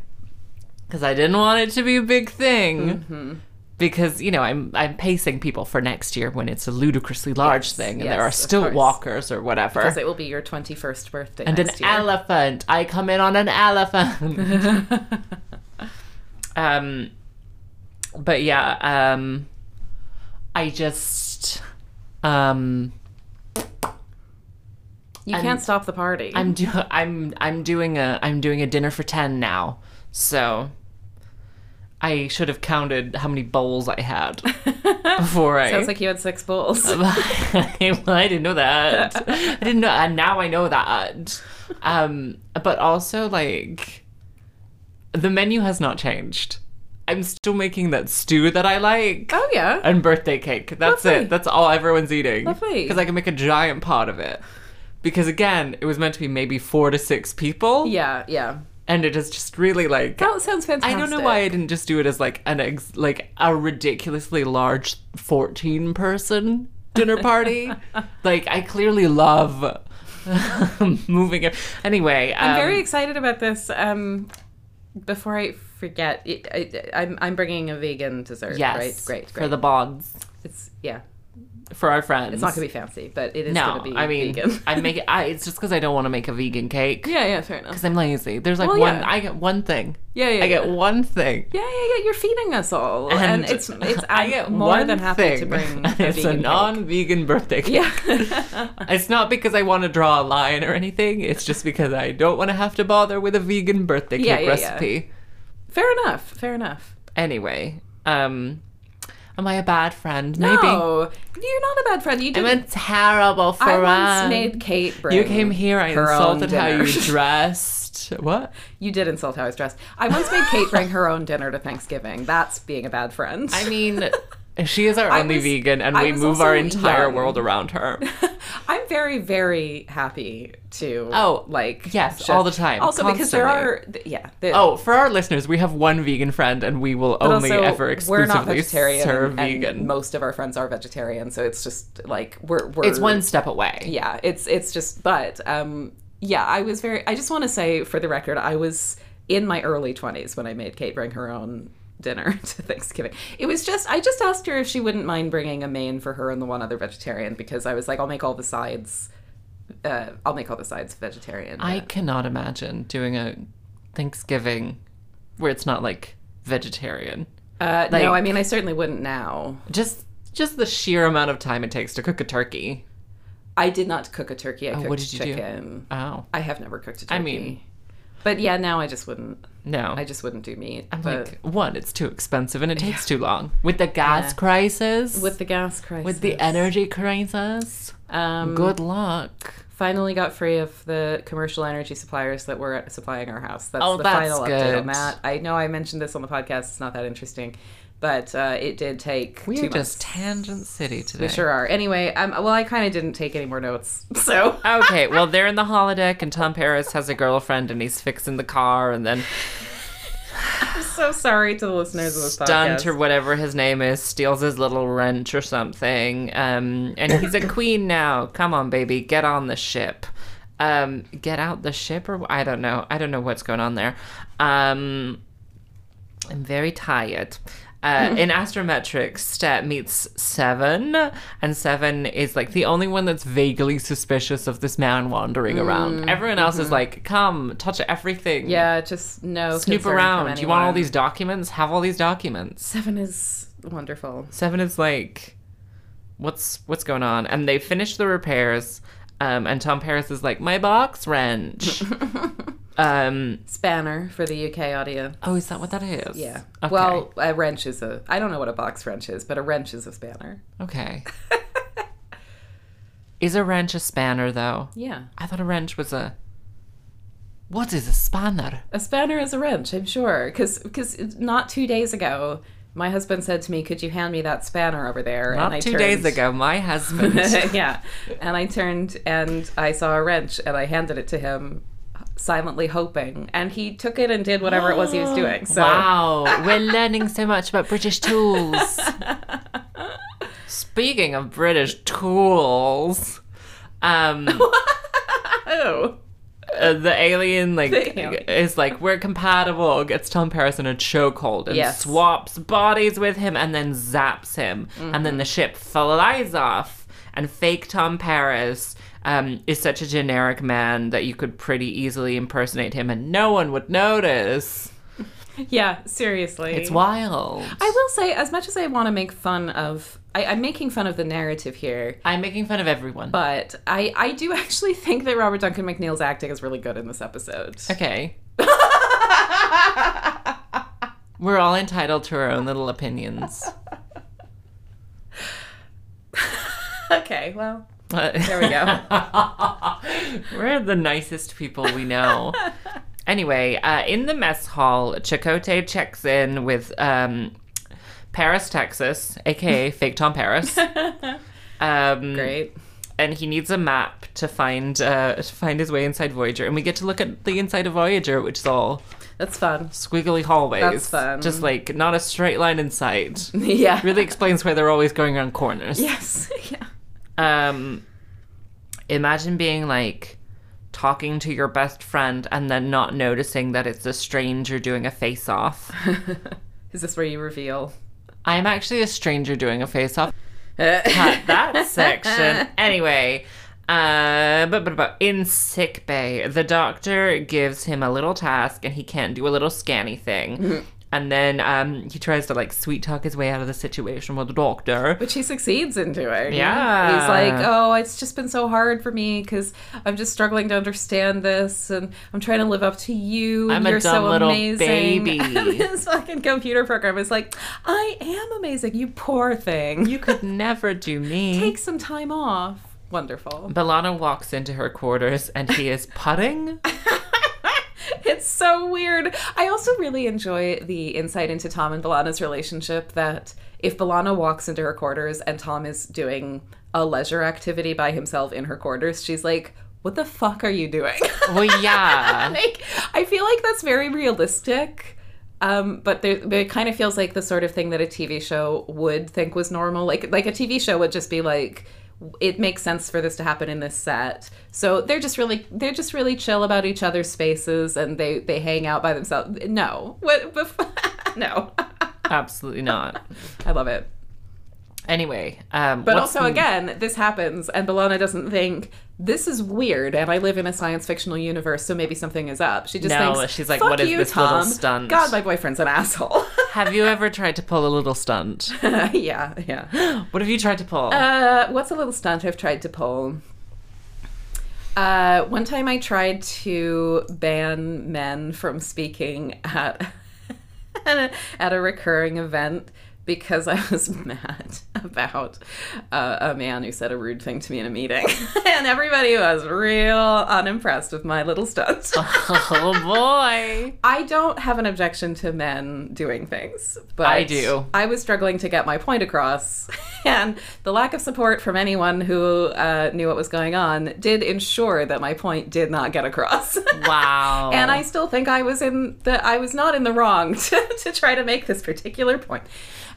[SPEAKER 1] because I didn't want it to be a big thing.
[SPEAKER 2] Mm-hmm.
[SPEAKER 1] Because you know I'm I'm pacing people for next year when it's a ludicrously large
[SPEAKER 2] Yes,
[SPEAKER 1] thing and
[SPEAKER 2] yes,
[SPEAKER 1] there are
[SPEAKER 2] of
[SPEAKER 1] still
[SPEAKER 2] course.
[SPEAKER 1] walkers or whatever
[SPEAKER 2] because it will be your twenty first birthday
[SPEAKER 1] and an
[SPEAKER 2] next year.
[SPEAKER 1] elephant. I come in on an elephant. um, but yeah, um, I just um,
[SPEAKER 2] you can't stop the party.
[SPEAKER 1] I'm do- I'm I'm doing a I'm doing a dinner for ten now, so I should have counted how many bowls I had before I.
[SPEAKER 2] Sounds like you had six bowls.
[SPEAKER 1] well, I didn't know that. I didn't know, and now I know that. Um, but also, like, the menu has not changed. I'm still making that stew that I like
[SPEAKER 2] oh yeah.
[SPEAKER 1] and birthday cake. That's
[SPEAKER 2] Lovely.
[SPEAKER 1] it. That's all everyone's eating.
[SPEAKER 2] Lovely.
[SPEAKER 1] Because I can make a giant pot of it. Because again, it was meant to be maybe four to six people,
[SPEAKER 2] Yeah, yeah.
[SPEAKER 1] and it is just really like
[SPEAKER 2] That sounds
[SPEAKER 1] I
[SPEAKER 2] fantastic.
[SPEAKER 1] don't know why I didn't just do it as like an ex- like a ridiculously large 14 person dinner party. like I clearly love moving it. Anyway,
[SPEAKER 2] I'm
[SPEAKER 1] um,
[SPEAKER 2] very excited about this. Um, before I forget, I, I, am I'm bringing a vegan dessert.
[SPEAKER 1] yes,
[SPEAKER 2] Right? Great. Great.
[SPEAKER 1] for the bonds
[SPEAKER 2] it's yeah.
[SPEAKER 1] for our friends.
[SPEAKER 2] It's not gonna be fancy, but it is
[SPEAKER 1] no,
[SPEAKER 2] gonna be
[SPEAKER 1] I mean,
[SPEAKER 2] vegan.
[SPEAKER 1] I make it, I, it's just because I don't want to make a vegan cake because
[SPEAKER 2] yeah, yeah, fair enough.
[SPEAKER 1] I'm lazy. There's like
[SPEAKER 2] Well,
[SPEAKER 1] one,
[SPEAKER 2] yeah.
[SPEAKER 1] I get one thing.
[SPEAKER 2] Yeah, yeah.
[SPEAKER 1] I get
[SPEAKER 2] yeah.
[SPEAKER 1] one thing.
[SPEAKER 2] Yeah, yeah, yeah. You're feeding us all, and, it's it's.
[SPEAKER 1] I
[SPEAKER 2] I'm
[SPEAKER 1] get
[SPEAKER 2] more
[SPEAKER 1] one
[SPEAKER 2] than happy to
[SPEAKER 1] thing.
[SPEAKER 2] bring
[SPEAKER 1] And
[SPEAKER 2] a
[SPEAKER 1] it's
[SPEAKER 2] vegan
[SPEAKER 1] a
[SPEAKER 2] cake.
[SPEAKER 1] non-vegan birthday cake.
[SPEAKER 2] Yeah,
[SPEAKER 1] It's not because I want to draw a line or anything. It's just because I don't want to have to bother with a vegan birthday cake
[SPEAKER 2] Yeah, yeah, yeah.
[SPEAKER 1] recipe.
[SPEAKER 2] fair enough. Fair enough.
[SPEAKER 1] Anyway, um, am I a bad friend? Maybe.
[SPEAKER 2] No, Oh, you're not a bad friend. You did.
[SPEAKER 1] I'm a terrible
[SPEAKER 2] I
[SPEAKER 1] friend.
[SPEAKER 2] once made Kate bring.
[SPEAKER 1] you came here. I
[SPEAKER 2] her own
[SPEAKER 1] insulted how
[SPEAKER 2] dinner.
[SPEAKER 1] you dressed. What?
[SPEAKER 2] You did insult how I was dressed. I once made Kate bring her own dinner to Thanksgiving. That's being a bad friend.
[SPEAKER 1] I mean, she is our
[SPEAKER 2] I
[SPEAKER 1] only
[SPEAKER 2] was-
[SPEAKER 1] vegan, and
[SPEAKER 2] I
[SPEAKER 1] we
[SPEAKER 2] was
[SPEAKER 1] move our
[SPEAKER 2] also
[SPEAKER 1] entire
[SPEAKER 2] young.
[SPEAKER 1] world around her.
[SPEAKER 2] I'm very, very happy to.
[SPEAKER 1] Oh,
[SPEAKER 2] like
[SPEAKER 1] yes,
[SPEAKER 2] shift.
[SPEAKER 1] all the time,
[SPEAKER 2] Also, because there are,
[SPEAKER 1] constantly.
[SPEAKER 2] yeah. The,
[SPEAKER 1] Oh, for our listeners, we have one vegan friend, and we will
[SPEAKER 2] But
[SPEAKER 1] only
[SPEAKER 2] also,
[SPEAKER 1] ever exclusively
[SPEAKER 2] we're not vegetarian,
[SPEAKER 1] serve
[SPEAKER 2] and
[SPEAKER 1] vegan.
[SPEAKER 2] most of our friends are vegetarian, so it's just like we're we're
[SPEAKER 1] it's one step away.
[SPEAKER 2] yeah it's it's just but um yeah i was very i just want to say for the record i was in my early 20s when i made kate bring her own dinner to thanksgiving it was just i just asked her if she wouldn't mind bringing a main for her and the one other vegetarian because i was like i'll make all the sides uh, i'll make all the sides vegetarian
[SPEAKER 1] I cannot imagine doing a Thanksgiving where it's not like vegetarian.
[SPEAKER 2] uh,
[SPEAKER 1] like-
[SPEAKER 2] no i mean i certainly wouldn't now
[SPEAKER 1] Just just the sheer amount of time it takes to cook a turkey.
[SPEAKER 2] i did not cook a turkey i cooked
[SPEAKER 1] Oh, what did you do?
[SPEAKER 2] chicken
[SPEAKER 1] Oh
[SPEAKER 2] i have never cooked a turkey i
[SPEAKER 1] mean-
[SPEAKER 2] mean but yeah now i just wouldn't
[SPEAKER 1] no!
[SPEAKER 2] i just wouldn't do meat
[SPEAKER 1] am
[SPEAKER 2] but
[SPEAKER 1] like one. It's too expensive and it takes too long. With the gas crisis,
[SPEAKER 2] with the gas crisis
[SPEAKER 1] with the energy crisis,
[SPEAKER 2] um
[SPEAKER 1] good luck.
[SPEAKER 2] finally got free of the commercial energy suppliers that were supplying our house. That's
[SPEAKER 1] Oh,
[SPEAKER 2] the
[SPEAKER 1] that's
[SPEAKER 2] final update
[SPEAKER 1] good.
[SPEAKER 2] on that. I know I mentioned this on the podcast. It's not that interesting. but uh, it did take
[SPEAKER 1] We
[SPEAKER 2] two
[SPEAKER 1] are just
[SPEAKER 2] months.
[SPEAKER 1] Tangent City today.
[SPEAKER 2] We sure are. Anyway, um, well, I kind of didn't take any more notes, so
[SPEAKER 1] Okay, well, they're in the holodeck, and Tom Paris has a girlfriend, and he's fixing the car, and then
[SPEAKER 2] I'm so sorry to the listeners of this podcast.
[SPEAKER 1] Stunt or whatever his name is steals his little wrench or something. Um, and he's a queen now. Come on, baby, get on the ship. Um, get out the ship, or I don't know. I don't know what's going on there. Um, I'm very tired. Uh, in Astrometrics, Stat meets Seven, and Seven is like the only one that's vaguely suspicious of this man wandering around. Everyone else is like, come, touch everything.
[SPEAKER 2] Mm, mm-hmm. yeah, just no.
[SPEAKER 1] Snoop
[SPEAKER 2] concern from
[SPEAKER 1] around. You want all
[SPEAKER 2] anyone.
[SPEAKER 1] these documents? Have all these documents.
[SPEAKER 2] Seven is wonderful.
[SPEAKER 1] Seven is like, what's what's going on? And they finish the repairs. Um, and Tom Paris is like, my box wrench. um,
[SPEAKER 2] Spanner for the UK audience.
[SPEAKER 1] oh, is that what that is?
[SPEAKER 2] Yeah.
[SPEAKER 1] Okay.
[SPEAKER 2] Well, a wrench is a. I don't know what a box wrench is, but a wrench is a spanner.
[SPEAKER 1] okay. is a wrench a spanner though?
[SPEAKER 2] Yeah.
[SPEAKER 1] I thought a wrench was a. What is a spanner?
[SPEAKER 2] A spanner is a wrench, I'm sure. Because not two days ago, my husband said to me, Could you hand me that spanner over there?
[SPEAKER 1] Not two days
[SPEAKER 2] turned-
[SPEAKER 1] ago, my husband.
[SPEAKER 2] yeah. And I turned and I saw a wrench and I handed it to him, silently hoping. And he took it and did whatever it was he was doing. So.
[SPEAKER 1] Wow, we're learning so much about British tools. Speaking of British tools, um,
[SPEAKER 2] Oh.
[SPEAKER 1] uh, the alien like
[SPEAKER 2] The alien.
[SPEAKER 1] is like we're compatible. Gets Tom Paris in a chokehold and
[SPEAKER 2] Yes.
[SPEAKER 1] swaps bodies with him, and then zaps him, and
[SPEAKER 2] Mm-hmm.
[SPEAKER 1] then the ship flies off. And fake Tom Paris um, is such a generic man that you could pretty easily impersonate him, and no one would notice.
[SPEAKER 2] Yeah, seriously.
[SPEAKER 1] It's wild.
[SPEAKER 2] I will say, as much as I want to make fun of, I, I'm making fun of the narrative here,
[SPEAKER 1] I'm making fun of everyone.
[SPEAKER 2] but I, I do actually think that Robert Duncan McNeil's acting is really good in this episode.
[SPEAKER 1] Okay. We're all entitled to our own little opinions.
[SPEAKER 2] Okay, well,
[SPEAKER 1] there
[SPEAKER 2] we go.
[SPEAKER 1] We're the nicest people we know. Anyway, uh, in the mess hall, Chakotay checks in with um, Paris, Texas, aka Fake Tom Paris. Um,
[SPEAKER 2] great.
[SPEAKER 1] and he needs a map to find uh, to find his way inside Voyager, and we get to look at the inside of Voyager, which is all
[SPEAKER 2] That's fun.
[SPEAKER 1] squiggly hallways.
[SPEAKER 2] That's fun.
[SPEAKER 1] Just like not a straight line in sight.
[SPEAKER 2] Yeah.
[SPEAKER 1] really explains why they're always going around corners.
[SPEAKER 2] Yes. Yeah.
[SPEAKER 1] Um, imagine being like talking to your best friend and then not noticing that it's a stranger doing a face off.
[SPEAKER 2] Is this where you reveal?
[SPEAKER 1] I'm actually a stranger doing a face off.
[SPEAKER 2] Uh,
[SPEAKER 1] Cut that section. Anyway. Uh, but, but, but in sick bay, the doctor gives him a little task and he can't do a little scanny thing. and then um, he tries to like sweet talk his way out of the situation with the doctor.
[SPEAKER 2] Which he succeeds in doing.
[SPEAKER 1] Yeah.
[SPEAKER 2] He's like, oh, it's just been so hard for me because I'm just struggling to understand this and I'm trying to live up to you. and
[SPEAKER 1] I'm a
[SPEAKER 2] You're
[SPEAKER 1] dumb
[SPEAKER 2] so
[SPEAKER 1] little
[SPEAKER 2] amazing.
[SPEAKER 1] baby.
[SPEAKER 2] And this fucking computer program is like, I am amazing, you poor thing.
[SPEAKER 1] You could never do me.
[SPEAKER 2] Take some time off. Wonderful.
[SPEAKER 1] Balana walks into her quarters and he is putting.
[SPEAKER 2] it's so weird. I also really enjoy the insight into Tom and Balana's relationship that if Balana walks into her quarters and Tom is doing a leisure activity by himself in her quarters, she's like, What the fuck are you doing?
[SPEAKER 1] Well, yeah.
[SPEAKER 2] like, I feel like that's very realistic. Um, but there, but it kind of feels like the sort of thing that a TV show would think was normal. Like, like a TV show would just be like, it makes sense for this to happen in this set. So they're just really, they're just really chill about each other's spaces, and they they hang out by themselves. No, what? Bef- no,
[SPEAKER 1] Absolutely not.
[SPEAKER 2] I love it.
[SPEAKER 1] Anyway, um,
[SPEAKER 2] But
[SPEAKER 1] what's-
[SPEAKER 2] also, again, this happens, and Bellona doesn't think this is weird, and I live in a science fictional universe, so maybe something is up. She just
[SPEAKER 1] No,
[SPEAKER 2] thinks,
[SPEAKER 1] she's like,
[SPEAKER 2] "Fuck
[SPEAKER 1] what is
[SPEAKER 2] you,
[SPEAKER 1] this little
[SPEAKER 2] Tom.
[SPEAKER 1] stunt?"
[SPEAKER 2] God, my boyfriend's an asshole."
[SPEAKER 1] have you ever tried to pull a little stunt?
[SPEAKER 2] yeah, yeah.
[SPEAKER 1] What have you tried to pull?
[SPEAKER 2] Uh, what's a little stunt I've tried to pull? Uh, one time I tried to ban men from speaking at at a recurring event because I was mad about uh, a man who said a rude thing to me in a meeting, and everybody was real unimpressed with my little stunts.
[SPEAKER 1] oh boy.
[SPEAKER 2] I don't have an objection to men doing things, but
[SPEAKER 1] I do.
[SPEAKER 2] I was struggling to get my point across, and the lack of support from anyone who uh, knew what was going on did ensure that my point did not get across.
[SPEAKER 1] Wow.
[SPEAKER 2] and I still think I was in the I was not in the wrong to, to try to make this particular point.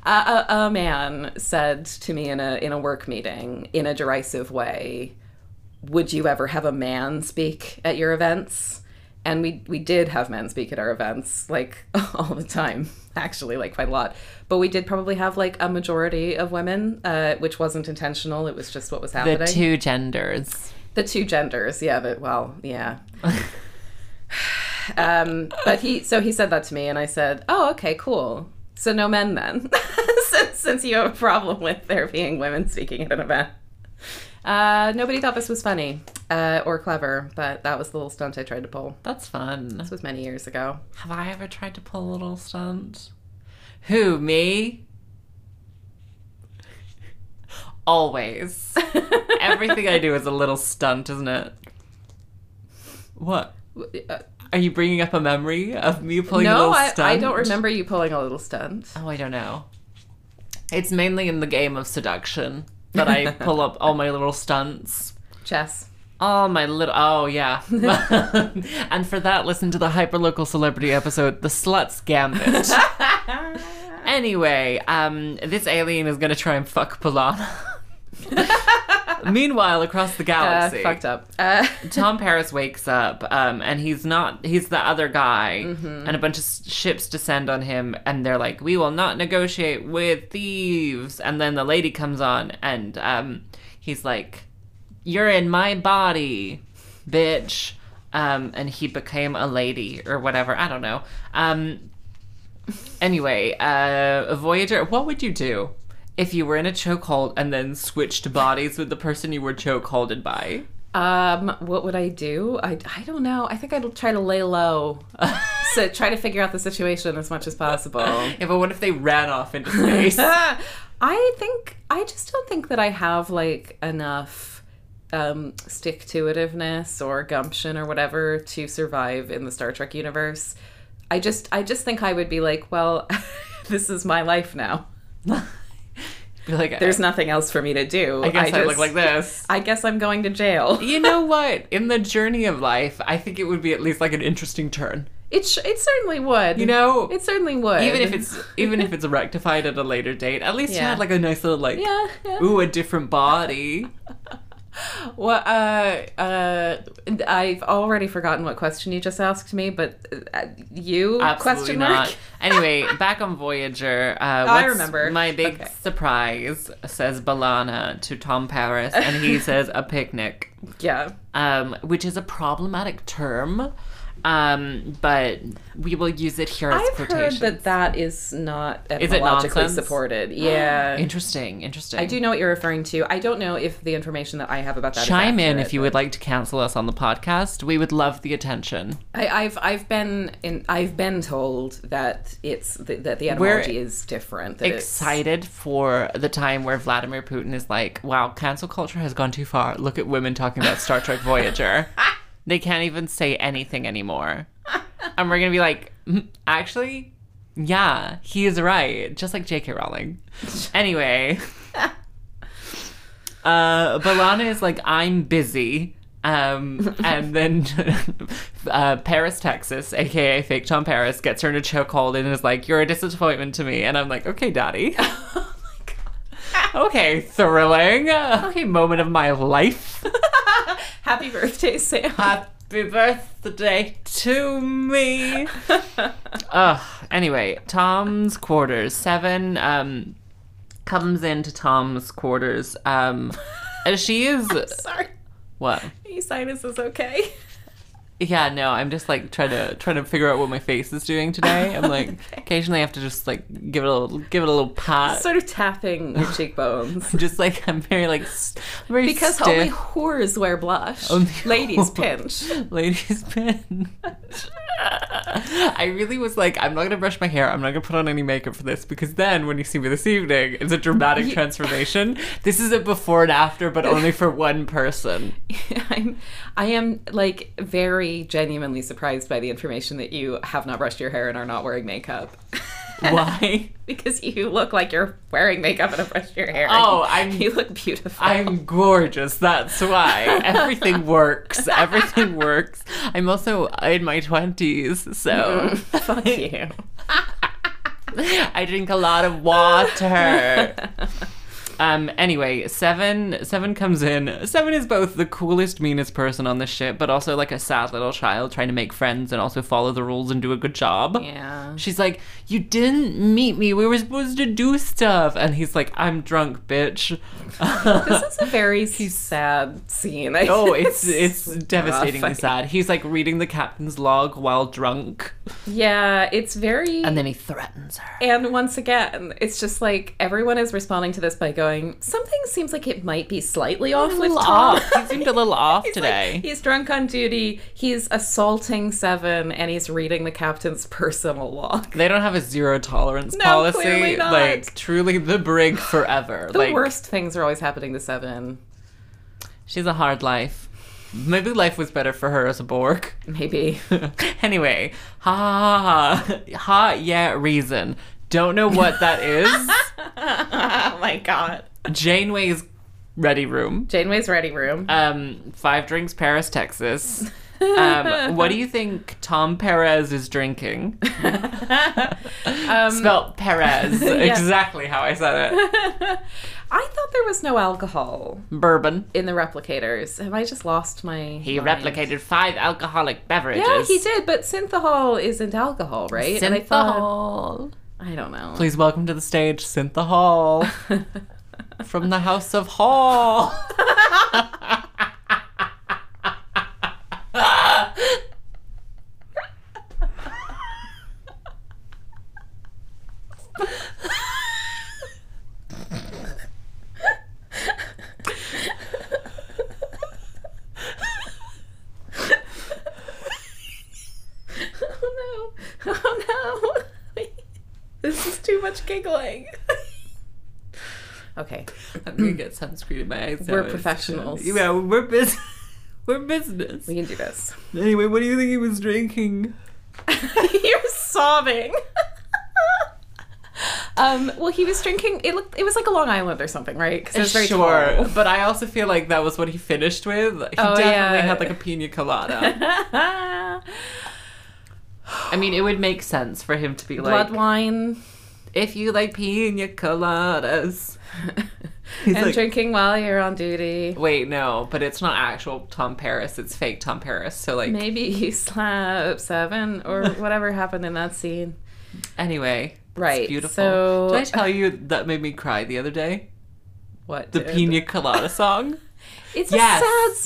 [SPEAKER 2] Uh, a, a man said to me in a in a work meeting in a derisive way, "Would you ever have a man speak at your events?" And we we did have men speak at our events like all the time, actually, like quite a lot. But we did probably have like a majority of women, uh, which wasn't intentional. It was just what was happening.
[SPEAKER 1] the two genders.
[SPEAKER 2] The two genders, yeah, but well, yeah. um, but he, so he said that to me, and I said, "Oh, okay, cool. So no men then, since since you have a problem with there being women speaking at an event." Uh, nobody thought this was funny uh, or clever, but that was the little stunt I tried to pull.
[SPEAKER 1] That's fun.
[SPEAKER 2] This was many years ago.
[SPEAKER 1] Have I ever tried to pull a little stunt? Who, me? Always. Everything I do is a little stunt, isn't it? What?
[SPEAKER 2] Uh,
[SPEAKER 1] Are you bringing up a memory of me pulling a
[SPEAKER 2] no,
[SPEAKER 1] little
[SPEAKER 2] I,
[SPEAKER 1] stunt?
[SPEAKER 2] I don't remember you pulling a little stunt.
[SPEAKER 1] Oh, I don't know. It's mainly in the game of seduction that I pull up all my little stunts.
[SPEAKER 2] Chess.
[SPEAKER 1] Oh, my little. Oh, yeah. and for that, listen to the hyperlocal celebrity episode, The Sluts Gambit. anyway, um, this alien is going to try and fuck Polana. Meanwhile, across the
[SPEAKER 2] Uh,
[SPEAKER 1] galaxy,
[SPEAKER 2] fucked up. Uh,
[SPEAKER 1] Tom Paris wakes up, um, and he's not, he's the other guy, and a bunch of s- ships descend on him, and they're like, We will not negotiate with thieves. And then the lady comes on, and um, he's like, You're in my body, bitch. Um, and he became a lady or whatever. I don't know. Um, anyway, uh, Voyager, what would you do? If you were in a chokehold and then switched bodies with the person you were chokeholded by,
[SPEAKER 2] Um, what would I do? I, I don't know. I think I'd try to lay low. so try to figure out the situation as much as possible.
[SPEAKER 1] Yeah, but what if they ran off into space?
[SPEAKER 2] I think I just don't think that I have like enough um stick to itiveness or gumption or whatever to survive in the Star Trek universe. I just I just think I would be like, well, this is my life now.
[SPEAKER 1] Be like,
[SPEAKER 2] There's
[SPEAKER 1] I,
[SPEAKER 2] nothing else for me to do.
[SPEAKER 1] I guess I, look
[SPEAKER 2] just-
[SPEAKER 1] like this.
[SPEAKER 2] I guess I'm going to jail.
[SPEAKER 1] You know what? In the journey of life, I think it would be at least like an interesting turn.
[SPEAKER 2] It sh- it certainly would.
[SPEAKER 1] You know,
[SPEAKER 2] it certainly would.
[SPEAKER 1] even if it's even if it's rectified at a later date, at least you
[SPEAKER 2] Yeah.
[SPEAKER 1] had like a nice little like,
[SPEAKER 2] yeah, yeah.
[SPEAKER 1] ooh, a different body.
[SPEAKER 2] Well, uh, uh, I've already forgotten what question you just asked me, but uh, you
[SPEAKER 1] Absolutely
[SPEAKER 2] question mark?
[SPEAKER 1] not. Anyway, back on Voyager. Uh,
[SPEAKER 2] I
[SPEAKER 1] what's
[SPEAKER 2] remember.
[SPEAKER 1] My big
[SPEAKER 2] Okay.
[SPEAKER 1] surprise says Balana to Tom Paris, and he says a picnic.
[SPEAKER 2] Yeah,
[SPEAKER 1] um, which is a problematic term, um, but we will use it here as
[SPEAKER 2] I've heard
[SPEAKER 1] quotation.
[SPEAKER 2] that that is not
[SPEAKER 1] Is it
[SPEAKER 2] etymologically
[SPEAKER 1] nonsense?
[SPEAKER 2] supported. Yeah,
[SPEAKER 1] Interesting, interesting.
[SPEAKER 2] I do know what you're referring to. I don't know if the information that I have about that. is
[SPEAKER 1] Chime in
[SPEAKER 2] accurate,
[SPEAKER 1] if you
[SPEAKER 2] but-
[SPEAKER 1] would like to cancel us on the podcast. We would love the attention.
[SPEAKER 2] I, I've I've been in. I've been told that it's th- that the
[SPEAKER 1] We're
[SPEAKER 2] etymology is different. That it's-
[SPEAKER 1] Excited for the time where Vladimir Putin is like, wow, cancel culture has gone too far. Look at women talking about Star Trek Voyager. They can't even say anything anymore. And we're going to be like, "Mm, actually, yeah, he is right. Just like J.K. Rowling. Anyway. uh Balana is like I'm busy. Um and then uh Paris, Texas, aka Fake Tom Paris, gets her in a chokehold and is like, You're a disappointment to me and I'm like, Okay, Daddy.
[SPEAKER 2] Oh
[SPEAKER 1] okay, thrilling. Okay, moment of my life.
[SPEAKER 2] Happy birthday, Sam.
[SPEAKER 1] Happy birthday to me. Ugh. Anyway, Tom's quarters. Seven um, comes into Tom's quarters. Um, and she is
[SPEAKER 2] Sorry,
[SPEAKER 1] what?
[SPEAKER 2] your sinus is okay.
[SPEAKER 1] Yeah, no. I'm just like trying to trying to figure out what my face is doing today. I'm like occasionally I have to just like give it a little give it a little pat.
[SPEAKER 2] Sort of tapping your cheekbones.
[SPEAKER 1] just like I'm very like s- very
[SPEAKER 2] Because
[SPEAKER 1] stiff.
[SPEAKER 2] only
[SPEAKER 1] Oh,
[SPEAKER 2] whores wear blush.
[SPEAKER 1] Only
[SPEAKER 2] Ladies
[SPEAKER 1] whores.
[SPEAKER 2] pinch.
[SPEAKER 1] Ladies' pin. I really was like, I'm not gonna brush my hair. I'm not gonna put on any makeup for this because then when you see me this evening, it's a dramatic
[SPEAKER 2] Ye-
[SPEAKER 1] transformation. This is a before and after, but only for one person.
[SPEAKER 2] I'm, I am like very genuinely surprised by the information that you have not brushed your hair and are not wearing makeup.
[SPEAKER 1] Why?
[SPEAKER 2] because you look like you're wearing makeup and have brushed your hair.
[SPEAKER 1] Oh, I'm-
[SPEAKER 2] You look beautiful.
[SPEAKER 1] I'm gorgeous. That's why everything works. Everything works. I'm also in my twenties, so
[SPEAKER 2] Fuck you. Mm-hmm.
[SPEAKER 1] I drink a lot of water. Um. Anyway, seven. Seven comes in. Seven is both the coolest, meanest person on the ship, but also like a sad little child trying to make friends and also follow the rules and do a good job.
[SPEAKER 2] Yeah.
[SPEAKER 1] She's like, "You didn't meet me. We were supposed to do stuff." And he's like, "I'm drunk, bitch."
[SPEAKER 2] This is a very sad scene. I
[SPEAKER 1] Oh, it's
[SPEAKER 2] guess.
[SPEAKER 1] it's devastatingly
[SPEAKER 2] funny.
[SPEAKER 1] sad. He's like reading the captain's log while drunk,
[SPEAKER 2] yeah, it's very
[SPEAKER 1] and then he threatens her.
[SPEAKER 2] And once again, it's just like everyone is responding to this by going, something seems like it might be slightly off with Tom.
[SPEAKER 1] off. He seemed a little off
[SPEAKER 2] He's like,
[SPEAKER 1] today.
[SPEAKER 2] he's drunk on duty, he's assaulting Seven, and he's reading the captain's personal log.
[SPEAKER 1] they don't have a zero tolerance
[SPEAKER 2] No,
[SPEAKER 1] policy.
[SPEAKER 2] clearly not.
[SPEAKER 1] Like truly the brig forever.
[SPEAKER 2] The
[SPEAKER 1] like
[SPEAKER 2] worst things are always happening to Seven.
[SPEAKER 1] she's a hard life. Maybe life was better for her as a Borg.
[SPEAKER 2] Maybe.
[SPEAKER 1] anyway, ha ha ha ha. Ha, yeah reason. Don't know what that is.
[SPEAKER 2] oh my god.
[SPEAKER 1] Janeway's ready room.
[SPEAKER 2] Janeway's ready room.
[SPEAKER 1] Um, five drinks, Paris, Texas. Um, what do you think Tom Perez is drinking?
[SPEAKER 2] Um,
[SPEAKER 1] Spelt Perez, exactly how I said it.
[SPEAKER 2] I thought there was no alcohol
[SPEAKER 1] Bourbon.
[SPEAKER 2] in the replicators. Have I just lost my.
[SPEAKER 1] He
[SPEAKER 2] mind?
[SPEAKER 1] replicated five alcoholic beverages.
[SPEAKER 2] Yeah, he did, but synthahol isn't alcohol, right? And I thought,
[SPEAKER 1] Synthahol.
[SPEAKER 2] I don't know.
[SPEAKER 1] Please welcome to the stage Synthahol from the House of Hall.
[SPEAKER 2] oh no. Oh no. this is too much giggling. okay.
[SPEAKER 1] I'm gonna get sunscreen in my eyes. now.
[SPEAKER 2] We're
[SPEAKER 1] It's-
[SPEAKER 2] professionals.
[SPEAKER 1] Yeah, we're business. We're business.
[SPEAKER 2] We can do this.
[SPEAKER 1] Anyway, what do you think he was drinking?
[SPEAKER 2] You're sobbing. um, well, he was drinking. It looked. It was like a Long Island or something, right? Because it was very
[SPEAKER 1] sure,
[SPEAKER 2] tall.
[SPEAKER 1] but I also feel like that was what he finished with. He
[SPEAKER 2] Oh,
[SPEAKER 1] definitely
[SPEAKER 2] yeah.
[SPEAKER 1] had like a pina colada. I mean, it would make sense for him to be like,
[SPEAKER 2] Blood wine
[SPEAKER 1] if you like pina coladas.
[SPEAKER 2] and
[SPEAKER 1] like-
[SPEAKER 2] drinking while you're on duty.
[SPEAKER 1] Wait, no, but it's not actual Tom Paris. It's fake Tom Paris. So like,
[SPEAKER 2] Maybe he slapped seven or whatever happened in that scene.
[SPEAKER 1] anyway,
[SPEAKER 2] Right,
[SPEAKER 1] it's beautiful.
[SPEAKER 2] so-
[SPEAKER 1] Did I tell you that made me cry the other day?
[SPEAKER 2] What
[SPEAKER 1] The
[SPEAKER 2] did-
[SPEAKER 1] pina colada song.
[SPEAKER 2] It's
[SPEAKER 1] yes,
[SPEAKER 2] a sad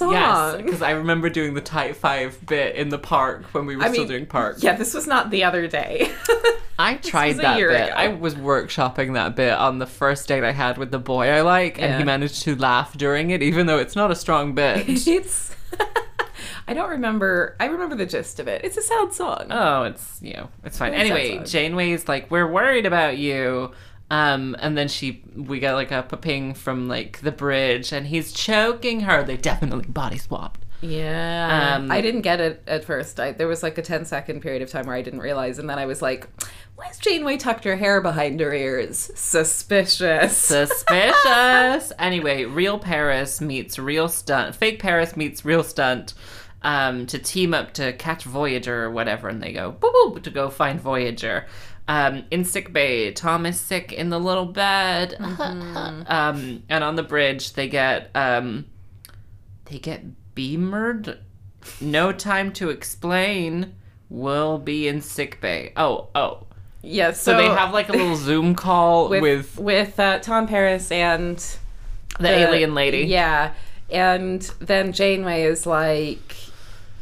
[SPEAKER 2] song.
[SPEAKER 1] because I remember doing the tight five bit in the park when we were
[SPEAKER 2] I
[SPEAKER 1] still
[SPEAKER 2] mean,
[SPEAKER 1] doing park.
[SPEAKER 2] Yeah, this was not the other day.
[SPEAKER 1] I tried
[SPEAKER 2] was a
[SPEAKER 1] that
[SPEAKER 2] year
[SPEAKER 1] bit.
[SPEAKER 2] ago.
[SPEAKER 1] I was workshopping that bit on the first date I had with the boy I like, and he
[SPEAKER 2] Yeah.
[SPEAKER 1] managed to laugh during it, even though it's not a strong bit.
[SPEAKER 2] it's. I don't remember. I remember the gist of it. It's a sad song.
[SPEAKER 1] oh, it's you know, it's fine.
[SPEAKER 2] What is that
[SPEAKER 1] Anyway,
[SPEAKER 2] song?
[SPEAKER 1] Janeway's like, "We're worried about you." Um, and then she, we get like a ping from like the bridge, and he's choking her. They definitely body swapped.
[SPEAKER 2] Yeah.
[SPEAKER 1] Um,
[SPEAKER 2] I didn't get it at first. I, there was like a 10 second period of time where I didn't realize, and then I was like, why's Janeway tucked her hair behind her ears? Suspicious.
[SPEAKER 1] Suspicious. anyway, real Paris meets real stunt. Fake Paris meets real stunt um, to team up to catch Voyager or whatever, and they go boop boop to go find Voyager. Um, in sick bay, Tom is sick in the little bed, um, and on the bridge they get um, they get beamered. No time to explain. Will be in sick bay. Oh oh.
[SPEAKER 2] yeah, so,
[SPEAKER 1] So, they have like a little Zoom call with,
[SPEAKER 2] with, with uh, Tom Paris and
[SPEAKER 1] the alien lady.
[SPEAKER 2] Yeah. And then Janeway is like,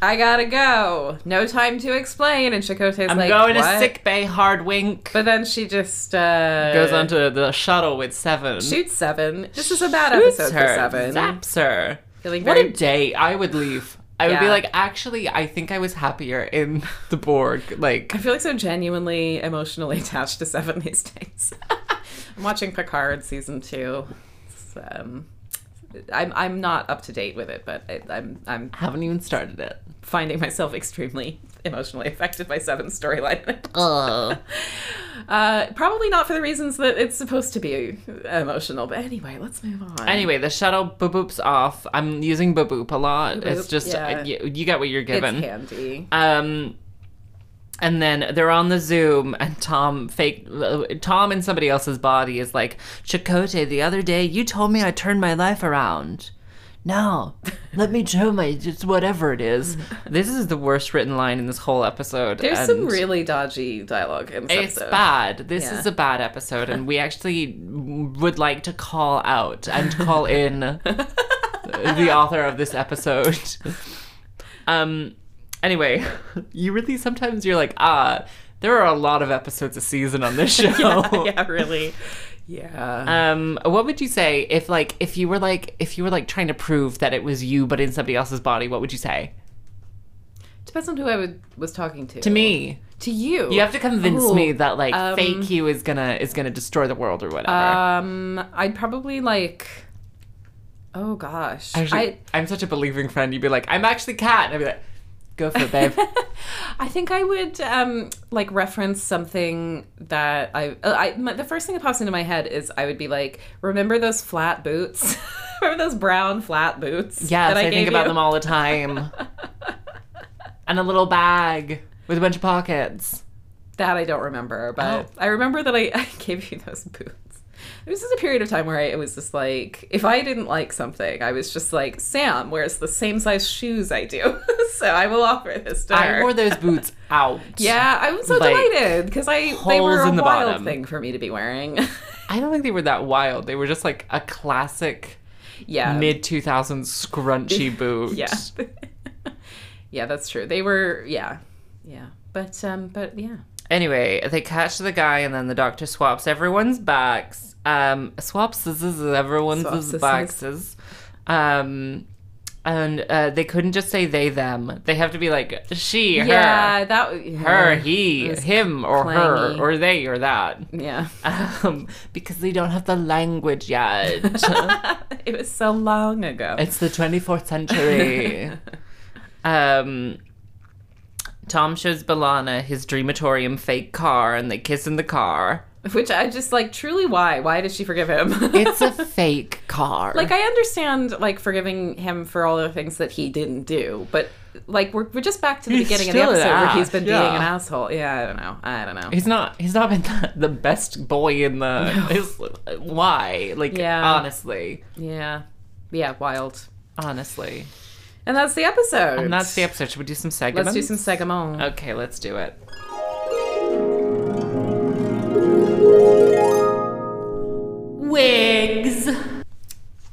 [SPEAKER 2] I gotta go. No time to explain. And Chakotay's
[SPEAKER 1] I'm
[SPEAKER 2] like,
[SPEAKER 1] going
[SPEAKER 2] "What?"
[SPEAKER 1] to sick bay. Hard wink.
[SPEAKER 2] But then she just uh,
[SPEAKER 1] goes onto the shuttle with seven.
[SPEAKER 2] shoots Seven. This is a bad
[SPEAKER 1] Shoots
[SPEAKER 2] episode
[SPEAKER 1] her,
[SPEAKER 2] for Seven.
[SPEAKER 1] Zaps her.
[SPEAKER 2] Feeling
[SPEAKER 1] What
[SPEAKER 2] very
[SPEAKER 1] a day! I would leave. I would be
[SPEAKER 2] Yeah.
[SPEAKER 1] like, actually, I think I was happier in the Borg. Like,
[SPEAKER 2] I feel like so genuinely emotionally attached to Seven these days. I'm watching Picard season two. It's, um, I'm I'm not up to date with it, but I, I'm I'm
[SPEAKER 1] haven't even started it.
[SPEAKER 2] finding myself extremely emotionally affected by Seven's storyline.
[SPEAKER 1] Oh.
[SPEAKER 2] Uh, probably not for the reasons that it's supposed to be emotional. But anyway, let's move on.
[SPEAKER 1] Anyway, the shuttle boop boops off. I'm using boop boop a lot. It's
[SPEAKER 2] Boop,
[SPEAKER 1] just
[SPEAKER 2] yeah.
[SPEAKER 1] you, you get what you're
[SPEAKER 2] it's
[SPEAKER 1] given.
[SPEAKER 2] handy.
[SPEAKER 1] Um, and then they're on the Zoom, and Tom fake uh, Tom in somebody else's body is like, Chakotay, the other day you told me I turned my life around. Now, let me show my just whatever it is. This is the worst written line in this whole episode.
[SPEAKER 2] There's some
[SPEAKER 1] and
[SPEAKER 2] really dodgy dialogue in this
[SPEAKER 1] It's
[SPEAKER 2] episode.
[SPEAKER 1] bad. This
[SPEAKER 2] Yeah.
[SPEAKER 1] is a bad episode, and we actually would like to call out and call in the author of this episode. Um. Anyway, you really sometimes you're like, ah, there are a lot of episodes a season on this show.
[SPEAKER 2] yeah, yeah, really. Yeah.
[SPEAKER 1] Um, what would you say if like if you were like if you were like trying to prove that it was you but in somebody else's body? What would you say
[SPEAKER 2] Depends on who I would, was talking to.
[SPEAKER 1] to me?
[SPEAKER 2] To you.
[SPEAKER 1] You have to convince
[SPEAKER 2] Ooh,
[SPEAKER 1] me that like
[SPEAKER 2] um,
[SPEAKER 1] fake you is gonna is gonna destroy the world or whatever.
[SPEAKER 2] Um, I'd probably like. Oh gosh.
[SPEAKER 1] Actually, I, am such a believing friend. You'd be like, I'm actually cat. And I'd be like, go for it, babe.
[SPEAKER 2] I, I think I would um, like reference something that I, uh, I my, the first thing that pops into my head is I would be like, remember those flat boots? remember those brown flat boots?
[SPEAKER 1] yes,
[SPEAKER 2] that
[SPEAKER 1] I, think
[SPEAKER 2] gave
[SPEAKER 1] about
[SPEAKER 2] you?
[SPEAKER 1] them all the time. and a little bag with a bunch of pockets.
[SPEAKER 2] That I don't remember,
[SPEAKER 1] Oh.
[SPEAKER 2] but I remember that I, I gave you those boots. This is a period of time where I, it was just like, if I didn't like something, I was just like, Sam wears the same size shoes I do, so I will offer this to her.
[SPEAKER 1] I wore those boots out.
[SPEAKER 2] Yeah, I was so
[SPEAKER 1] Like,
[SPEAKER 2] delighted because I they
[SPEAKER 1] holes
[SPEAKER 2] were a
[SPEAKER 1] in the
[SPEAKER 2] wild
[SPEAKER 1] bottom.
[SPEAKER 2] thing for me to be wearing.
[SPEAKER 1] I don't think they were that wild. They were just like a classic
[SPEAKER 2] yeah,
[SPEAKER 1] mid 2000s scrunchy boot.
[SPEAKER 2] Yeah, yeah, that's true. They were, yeah, yeah, but um, but yeah,
[SPEAKER 1] Anyway, they catch the guy, and then the doctor swaps everyone's backs. Um, swaps is is everyone's
[SPEAKER 2] Swaps
[SPEAKER 1] is
[SPEAKER 2] is-
[SPEAKER 1] backs. Um, and uh, they couldn't just say they them. They have to be like she, her,
[SPEAKER 2] yeah, that
[SPEAKER 1] her, he,
[SPEAKER 2] It's
[SPEAKER 1] him, or
[SPEAKER 2] clangy.
[SPEAKER 1] her, or they, or that.
[SPEAKER 2] yeah.
[SPEAKER 1] Um, because they don't have the language yet.
[SPEAKER 2] it was so long ago.
[SPEAKER 1] It's the 24th century. um, Tom shows Balana his dreamatorium fake car and they kiss in the car.
[SPEAKER 2] Which I just like truly why? Why did she forgive him?
[SPEAKER 1] It's a fake car.
[SPEAKER 2] like I understand like forgiving him for all the things that he didn't do, but like we're, we're just back to the
[SPEAKER 1] He's
[SPEAKER 2] beginning of the
[SPEAKER 1] still an
[SPEAKER 2] episode where he's
[SPEAKER 1] ass,
[SPEAKER 2] been being
[SPEAKER 1] yeah.
[SPEAKER 2] an asshole. Yeah, I don't know. I don't know.
[SPEAKER 1] he's not he's not been the, the best boy in the his- why? Like
[SPEAKER 2] Yeah.
[SPEAKER 1] honestly.
[SPEAKER 2] Yeah. Yeah, wild.
[SPEAKER 1] Honestly.
[SPEAKER 2] And that's the episode.
[SPEAKER 1] And that's the episode. Should we do some segments?
[SPEAKER 2] Let's do some segments.
[SPEAKER 1] Okay, let's do it.
[SPEAKER 3] Wigs.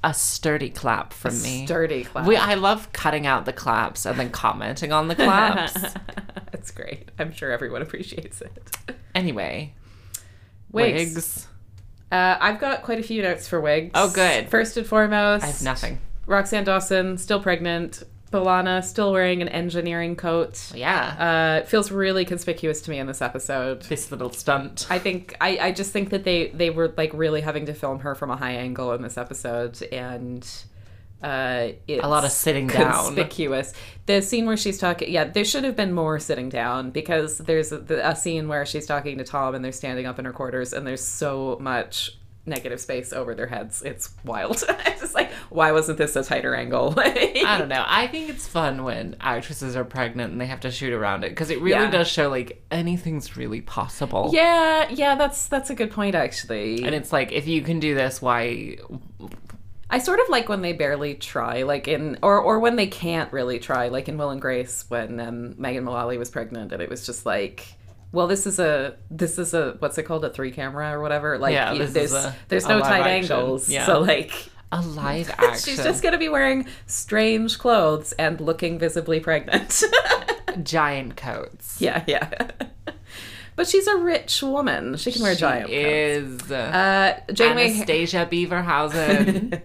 [SPEAKER 1] A sturdy clap from me.
[SPEAKER 2] Sturdy clap.
[SPEAKER 1] we, I love cutting out the claps and then commenting on the claps.
[SPEAKER 2] That's great. I'm sure everyone appreciates it.
[SPEAKER 1] anyway,
[SPEAKER 2] Wigs.
[SPEAKER 1] wigs.
[SPEAKER 2] Uh, I've got quite a few notes for wigs.
[SPEAKER 1] Oh, good.
[SPEAKER 2] First and foremost,
[SPEAKER 1] I have nothing.
[SPEAKER 2] Roxanne Dawson still pregnant. Balana still wearing an engineering coat.
[SPEAKER 1] Yeah.
[SPEAKER 2] Uh, it feels really conspicuous to me in this episode.
[SPEAKER 1] this little stunt.
[SPEAKER 2] I think I, I just think that they they were like really having to film her from a high angle in this episode, and uh, it's
[SPEAKER 1] A lot of sitting down.
[SPEAKER 2] conspicuous. The scene where she's talking, yeah, there should have been more sitting down because there's a, the- a scene where she's talking to Tom and they're standing up in her quarters, and there's so much negative space over their heads. It's wild. it's just like, why wasn't this a tighter angle?
[SPEAKER 1] I don't know. I think it's fun when actresses are pregnant and they have to shoot around it because it really
[SPEAKER 2] Yeah.
[SPEAKER 1] does show like anything's really possible.
[SPEAKER 2] yeah, yeah, that's that's a good point actually.
[SPEAKER 1] And it's like if you can do this, why?
[SPEAKER 2] I sort of like when they barely try, like in or or when they can't really try, like in Will and Grace when um, Megan Mullally was pregnant, and it was just like, well, this is a this is a what's it called, a three camera or whatever. Like,
[SPEAKER 1] Yeah,
[SPEAKER 2] you-
[SPEAKER 1] this
[SPEAKER 2] there's
[SPEAKER 1] is a-
[SPEAKER 2] there's
[SPEAKER 1] a
[SPEAKER 2] no
[SPEAKER 1] live
[SPEAKER 2] tight
[SPEAKER 1] action.
[SPEAKER 2] angles,
[SPEAKER 1] Yeah.
[SPEAKER 2] so like.
[SPEAKER 1] A live action.
[SPEAKER 2] She's just gonna be wearing strange clothes and looking visibly pregnant.
[SPEAKER 1] giant coats.
[SPEAKER 2] yeah, yeah. but she's a rich woman. She can wear
[SPEAKER 1] She
[SPEAKER 2] giant coats.
[SPEAKER 1] is uh,
[SPEAKER 2] Uh, Janeway
[SPEAKER 1] Anastasia Beaverhausen.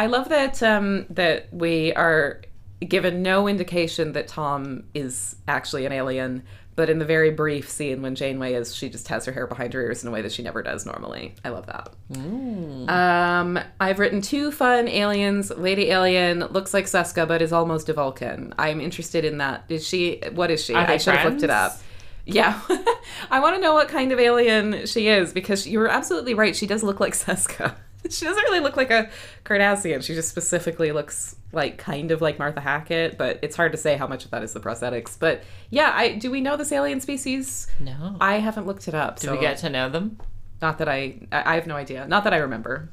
[SPEAKER 2] I love that um, that we are given no indication that Tom is actually an alien. But in the very brief scene when Janeway is, she just has her hair behind her ears in a way that she never does normally. I love that. Um, I've written two fun aliens. Lady Alien looks like Seska, but is almost a Vulcan. I'm interested in that. Is she? What is she?
[SPEAKER 1] Are they
[SPEAKER 2] I should have looked it
[SPEAKER 1] friends?
[SPEAKER 2] up. Yeah, I want to know what kind of alien she is because you were absolutely right. She does look like Seska. She doesn't really look like a Cardassian. She just specifically looks like kind of like Martha Hackett, but it's hard to say how much of that is the prosthetics. But yeah, I do we know this alien species?
[SPEAKER 1] No.
[SPEAKER 2] I haven't looked it up.
[SPEAKER 1] Did
[SPEAKER 2] so
[SPEAKER 1] we get to know them?
[SPEAKER 2] not that I, I I have no idea. Not that I remember.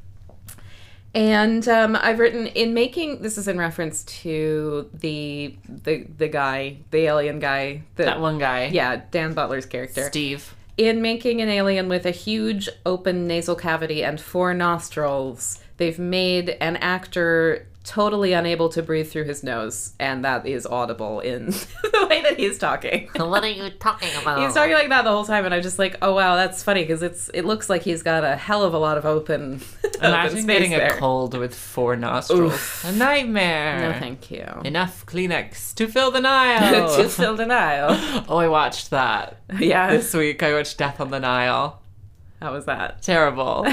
[SPEAKER 2] And um, I've written in making this is in reference to the the the guy, the alien guy, the,
[SPEAKER 1] That one guy.
[SPEAKER 2] yeah, Dan Butler's character
[SPEAKER 1] Steve.
[SPEAKER 2] in making an alien with a huge open nasal cavity and four nostrils, they've made an actor totally unable to breathe through his nose, and that is audible in the way that he's talking.
[SPEAKER 1] What are you talking about?
[SPEAKER 2] He's talking like that the whole time, and I'm just like, oh wow, that's funny because it's it looks like he's got a hell of a lot of open. open
[SPEAKER 1] Imagine
[SPEAKER 2] space
[SPEAKER 1] getting
[SPEAKER 2] there.
[SPEAKER 1] a cold with four nostrils. A nightmare.
[SPEAKER 2] No, thank you.
[SPEAKER 1] Enough Kleenex to fill the Nile.
[SPEAKER 2] Just still denial.
[SPEAKER 1] oh, I watched that
[SPEAKER 2] yeah,
[SPEAKER 1] this week. I watched Death on the Nile.
[SPEAKER 2] how was that?
[SPEAKER 1] Terrible.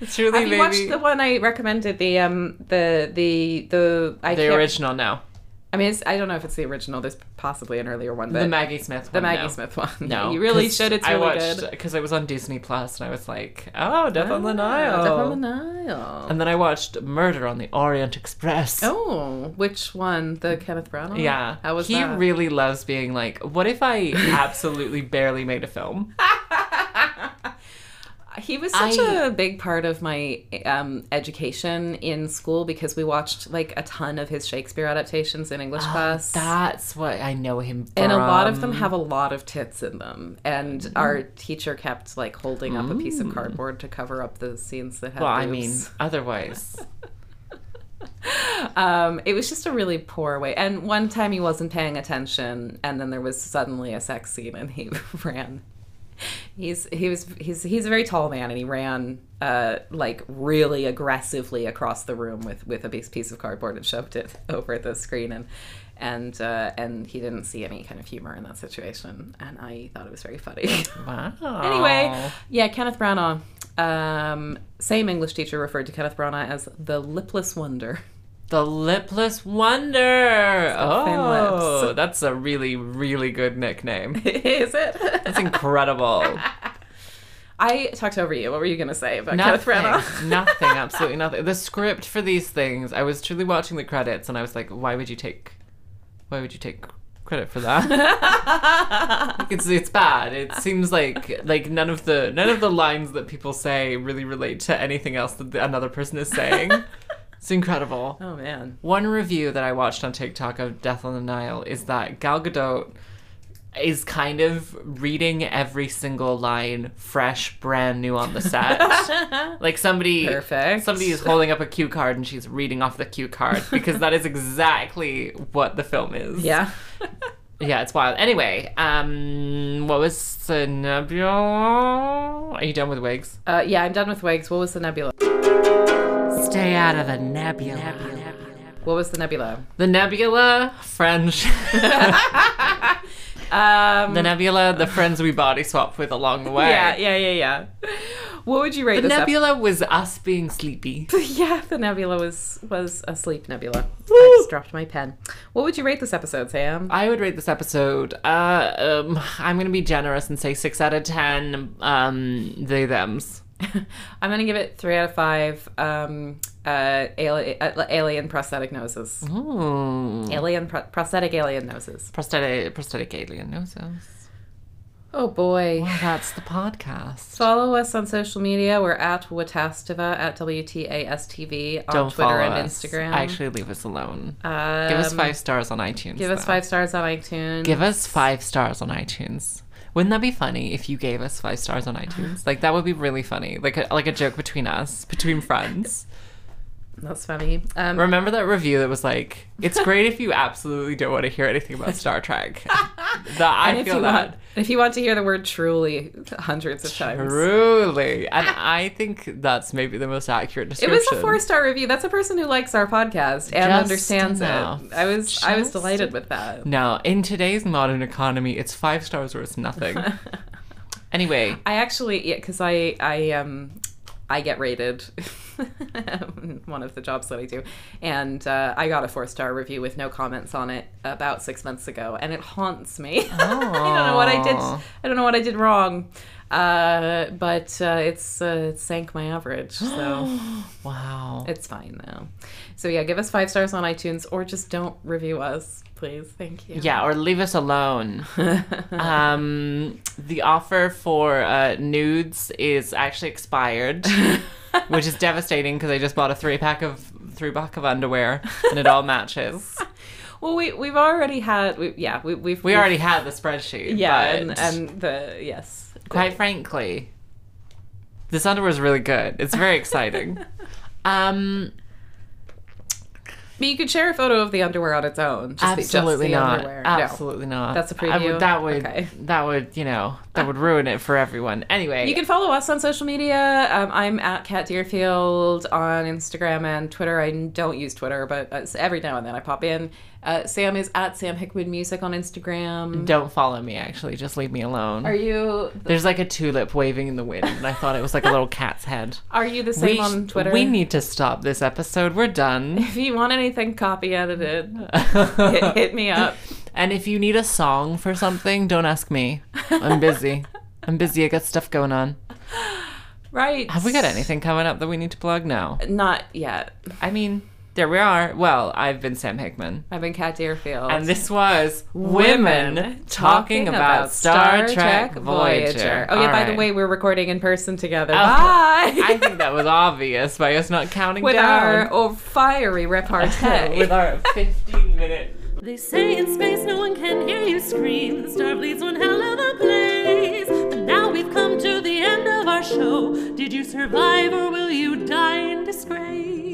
[SPEAKER 1] It's really
[SPEAKER 2] Have you
[SPEAKER 1] maybe
[SPEAKER 2] watched the one I recommended? The um the the the I
[SPEAKER 1] the
[SPEAKER 2] can't-
[SPEAKER 1] original. No,
[SPEAKER 2] I mean, it's, I don't know if it's the original. There's possibly an earlier one, but
[SPEAKER 1] the Maggie Smith. One,
[SPEAKER 2] the Maggie
[SPEAKER 1] no.
[SPEAKER 2] Smith one.
[SPEAKER 1] No,
[SPEAKER 2] you really
[SPEAKER 1] 'cause
[SPEAKER 2] should. It's
[SPEAKER 1] I
[SPEAKER 2] really
[SPEAKER 1] watched
[SPEAKER 2] good. Ah,
[SPEAKER 1] because I was on Disney Plus and I was like, oh, Death on the Nile.
[SPEAKER 2] Death on the Nile.
[SPEAKER 1] And then I watched Murder on the Orient Express.
[SPEAKER 2] Oh, which one? The Kenneth Branagh. one?
[SPEAKER 1] Yeah,
[SPEAKER 2] how was
[SPEAKER 1] he
[SPEAKER 2] that?
[SPEAKER 1] really loves being like, what if I absolutely barely made a film?
[SPEAKER 2] he was such
[SPEAKER 1] I-
[SPEAKER 2] a big part of my um, education in school because we watched like a ton of his Shakespeare adaptations in English class.
[SPEAKER 1] That's what I know him. Ah, From. Mm-hmm.
[SPEAKER 2] and a lot of them have a lot of tits in them, and our teacher kept like holding up a piece of cardboard to cover up the scenes that had.
[SPEAKER 1] Mm. Well, I
[SPEAKER 2] boobs.
[SPEAKER 1] mean, otherwise,
[SPEAKER 2] Um, it was just a really poor way. And one time he wasn't paying attention, and then there was suddenly a sex scene, and he ran. He's he was he's he's a very tall man, and he ran uh, like really aggressively across the room with with a big piece of cardboard and shoved it over the screen, and and uh, and he didn't see any kind of humor in that situation, and I thought it was very funny.
[SPEAKER 1] wow.
[SPEAKER 2] Anyway, yeah, Kenneth Branagh. Um, same English teacher referred to Kenneth Branagh as the lipless wonder.
[SPEAKER 1] the lipless wonder.
[SPEAKER 2] got thin
[SPEAKER 1] Oh,
[SPEAKER 2] lips.
[SPEAKER 1] that's a really, really good nickname.
[SPEAKER 2] Is it?
[SPEAKER 1] That's incredible.
[SPEAKER 2] I talked over you. What were you going to say about Kenneth Branagh?
[SPEAKER 1] nothing, nothing, absolutely nothing. The script for these things, I was truly watching the credits, and I was like, why would you take, why would you take credit for that? it's it's bad. It seems like like none of the none of the lines that people say really relate to anything else that the, another person is saying. it's incredible.
[SPEAKER 2] oh man.
[SPEAKER 1] One review that I watched on TikTok of Death on the Nile is that Gal Gadot is kind of reading every single line fresh, brand new on the set. like somebody
[SPEAKER 2] Perfect.
[SPEAKER 1] somebody is holding up a cue card and she's reading off the cue card because that is exactly what the film is.
[SPEAKER 2] Yeah.
[SPEAKER 1] Yeah, it's wild. Anyway, um what was the nebula? Are you done with wigs?
[SPEAKER 2] Uh, yeah, I'm done with wigs. What was the nebula?
[SPEAKER 1] Stay out of the nebula.
[SPEAKER 2] What was the nebula?
[SPEAKER 1] The nebula friendship.
[SPEAKER 2] Um,
[SPEAKER 1] The Nebula, the friends we body swapped with along the way.
[SPEAKER 2] yeah, yeah, yeah, yeah. What would you rate
[SPEAKER 1] The
[SPEAKER 2] this
[SPEAKER 1] Nebula was us being sleepy.
[SPEAKER 2] episode? Yeah, the nebula was was a sleep nebula. I just dropped my pen. What would you rate this episode, Sam?
[SPEAKER 1] I would rate this episode. Uh, um, I'm gonna be generous and say six out of ten. Um, they them's.
[SPEAKER 2] I'm gonna give it three out of five. Um, uh, ali- uh, alien prosthetic noses.
[SPEAKER 1] Ooh.
[SPEAKER 2] Alien pro- prosthetic alien noses.
[SPEAKER 1] Prosthetic, prosthetic alien noses.
[SPEAKER 2] Oh boy.
[SPEAKER 1] Well, that's the podcast.
[SPEAKER 2] Follow us on social media. We're at Watastiva at W T A S T V on
[SPEAKER 1] Don't
[SPEAKER 2] Twitter
[SPEAKER 1] follow
[SPEAKER 2] and
[SPEAKER 1] us.
[SPEAKER 2] Instagram.
[SPEAKER 1] Actually, leave us alone.
[SPEAKER 2] um,
[SPEAKER 1] give us five stars on iTunes.
[SPEAKER 2] Give us
[SPEAKER 1] though.
[SPEAKER 2] five stars on iTunes.
[SPEAKER 1] Give us five stars on iTunes. Wouldn't that be funny if you gave us five stars on iTunes? Like that would be really funny. Like a, like a joke between us, between friends.
[SPEAKER 2] That's funny. Um,
[SPEAKER 1] Remember that review that was like, "It's great if you absolutely don't want to hear anything about Star Trek." that
[SPEAKER 2] and
[SPEAKER 1] I
[SPEAKER 2] if
[SPEAKER 1] feel
[SPEAKER 2] you
[SPEAKER 1] that
[SPEAKER 2] want, if you want to hear the word truly hundreds of times,
[SPEAKER 1] truly, and I think that's maybe the most accurate
[SPEAKER 2] It
[SPEAKER 1] description.
[SPEAKER 2] was a four star review. That's a person who likes our podcast and
[SPEAKER 1] Just
[SPEAKER 2] understands
[SPEAKER 1] enough.
[SPEAKER 2] it. I was I was
[SPEAKER 1] Just
[SPEAKER 2] delighted with that.
[SPEAKER 1] No, in today's modern economy, it's five stars or it's nothing. anyway,
[SPEAKER 2] I actually yeah, because I I um I get rated one of the jobs that I do, and uh, I got a four star review with no comments on it about six months ago, and it haunts me. I don't know what I did.
[SPEAKER 1] Aw.
[SPEAKER 2] I don't know what I did wrong. Uh, but uh, it's uh, it sank my average, so
[SPEAKER 1] wow.
[SPEAKER 2] it's fine though. So yeah, give us five stars on iTunes or just don't review us, please. Thank you.
[SPEAKER 1] Yeah, or leave us alone. um, the offer for uh, nudes is actually expired, which is devastating because I just bought a three pack of three pack of underwear and it all matches.
[SPEAKER 2] Well, we we've already had we, yeah we we've
[SPEAKER 1] We already had the spreadsheet.
[SPEAKER 2] yeah
[SPEAKER 1] but
[SPEAKER 2] and, and the yes
[SPEAKER 1] quite frankly, this underwear is really good. It's very exciting. um,
[SPEAKER 2] But you could share a photo of the underwear on its own. Just
[SPEAKER 1] absolutely
[SPEAKER 2] the, just
[SPEAKER 1] not.
[SPEAKER 2] The underwear.
[SPEAKER 1] Absolutely not.
[SPEAKER 2] That's a
[SPEAKER 1] I
[SPEAKER 2] preview?
[SPEAKER 1] would, that would
[SPEAKER 2] Okay.
[SPEAKER 1] that would you know that would ruin it for everyone. Anyway,
[SPEAKER 2] No. You can follow us on social media. Um, I'm at Cat Deerfield on Instagram and Twitter. I don't use Twitter, but uh, every now and then I pop in. Uh, Sam is at Sam Hickwood Music on Instagram.
[SPEAKER 1] Don't follow me, actually. Just leave me alone.
[SPEAKER 2] Are you
[SPEAKER 1] There's like a tulip waving in the wind, and I thought it was like a little cat's head.
[SPEAKER 2] are you the same
[SPEAKER 1] we,
[SPEAKER 2] on
[SPEAKER 1] sh-
[SPEAKER 2] Twitter?
[SPEAKER 1] we need to stop this episode. We're done.
[SPEAKER 2] If you want anything copy edited, hit, hit me up.
[SPEAKER 1] And if you need a song for something, don't ask me. I'm busy. I'm busy. I got stuff going on.
[SPEAKER 2] Right.
[SPEAKER 1] Have we got anything coming up that we need to plug? No.
[SPEAKER 2] Not yet.
[SPEAKER 1] I mean, there we are. Well, I've been Sam Hickman.
[SPEAKER 2] I've been Cat Deerfield.
[SPEAKER 1] And this was Women, Talking, about, Star, Trek, Voyager.
[SPEAKER 2] Oh yeah,
[SPEAKER 1] All
[SPEAKER 2] by the
[SPEAKER 1] right.
[SPEAKER 2] way, we're recording in person together.
[SPEAKER 1] I
[SPEAKER 2] Bye.
[SPEAKER 1] think that was obvious by us not counting
[SPEAKER 2] With
[SPEAKER 1] down.
[SPEAKER 2] our oh, fiery repartee.
[SPEAKER 1] with our 15 minute
[SPEAKER 3] They say in space no one can hear you scream. Starfleet's one hell of a place. But now we've come to the end of our show. Did you survive or will you die in disgrace?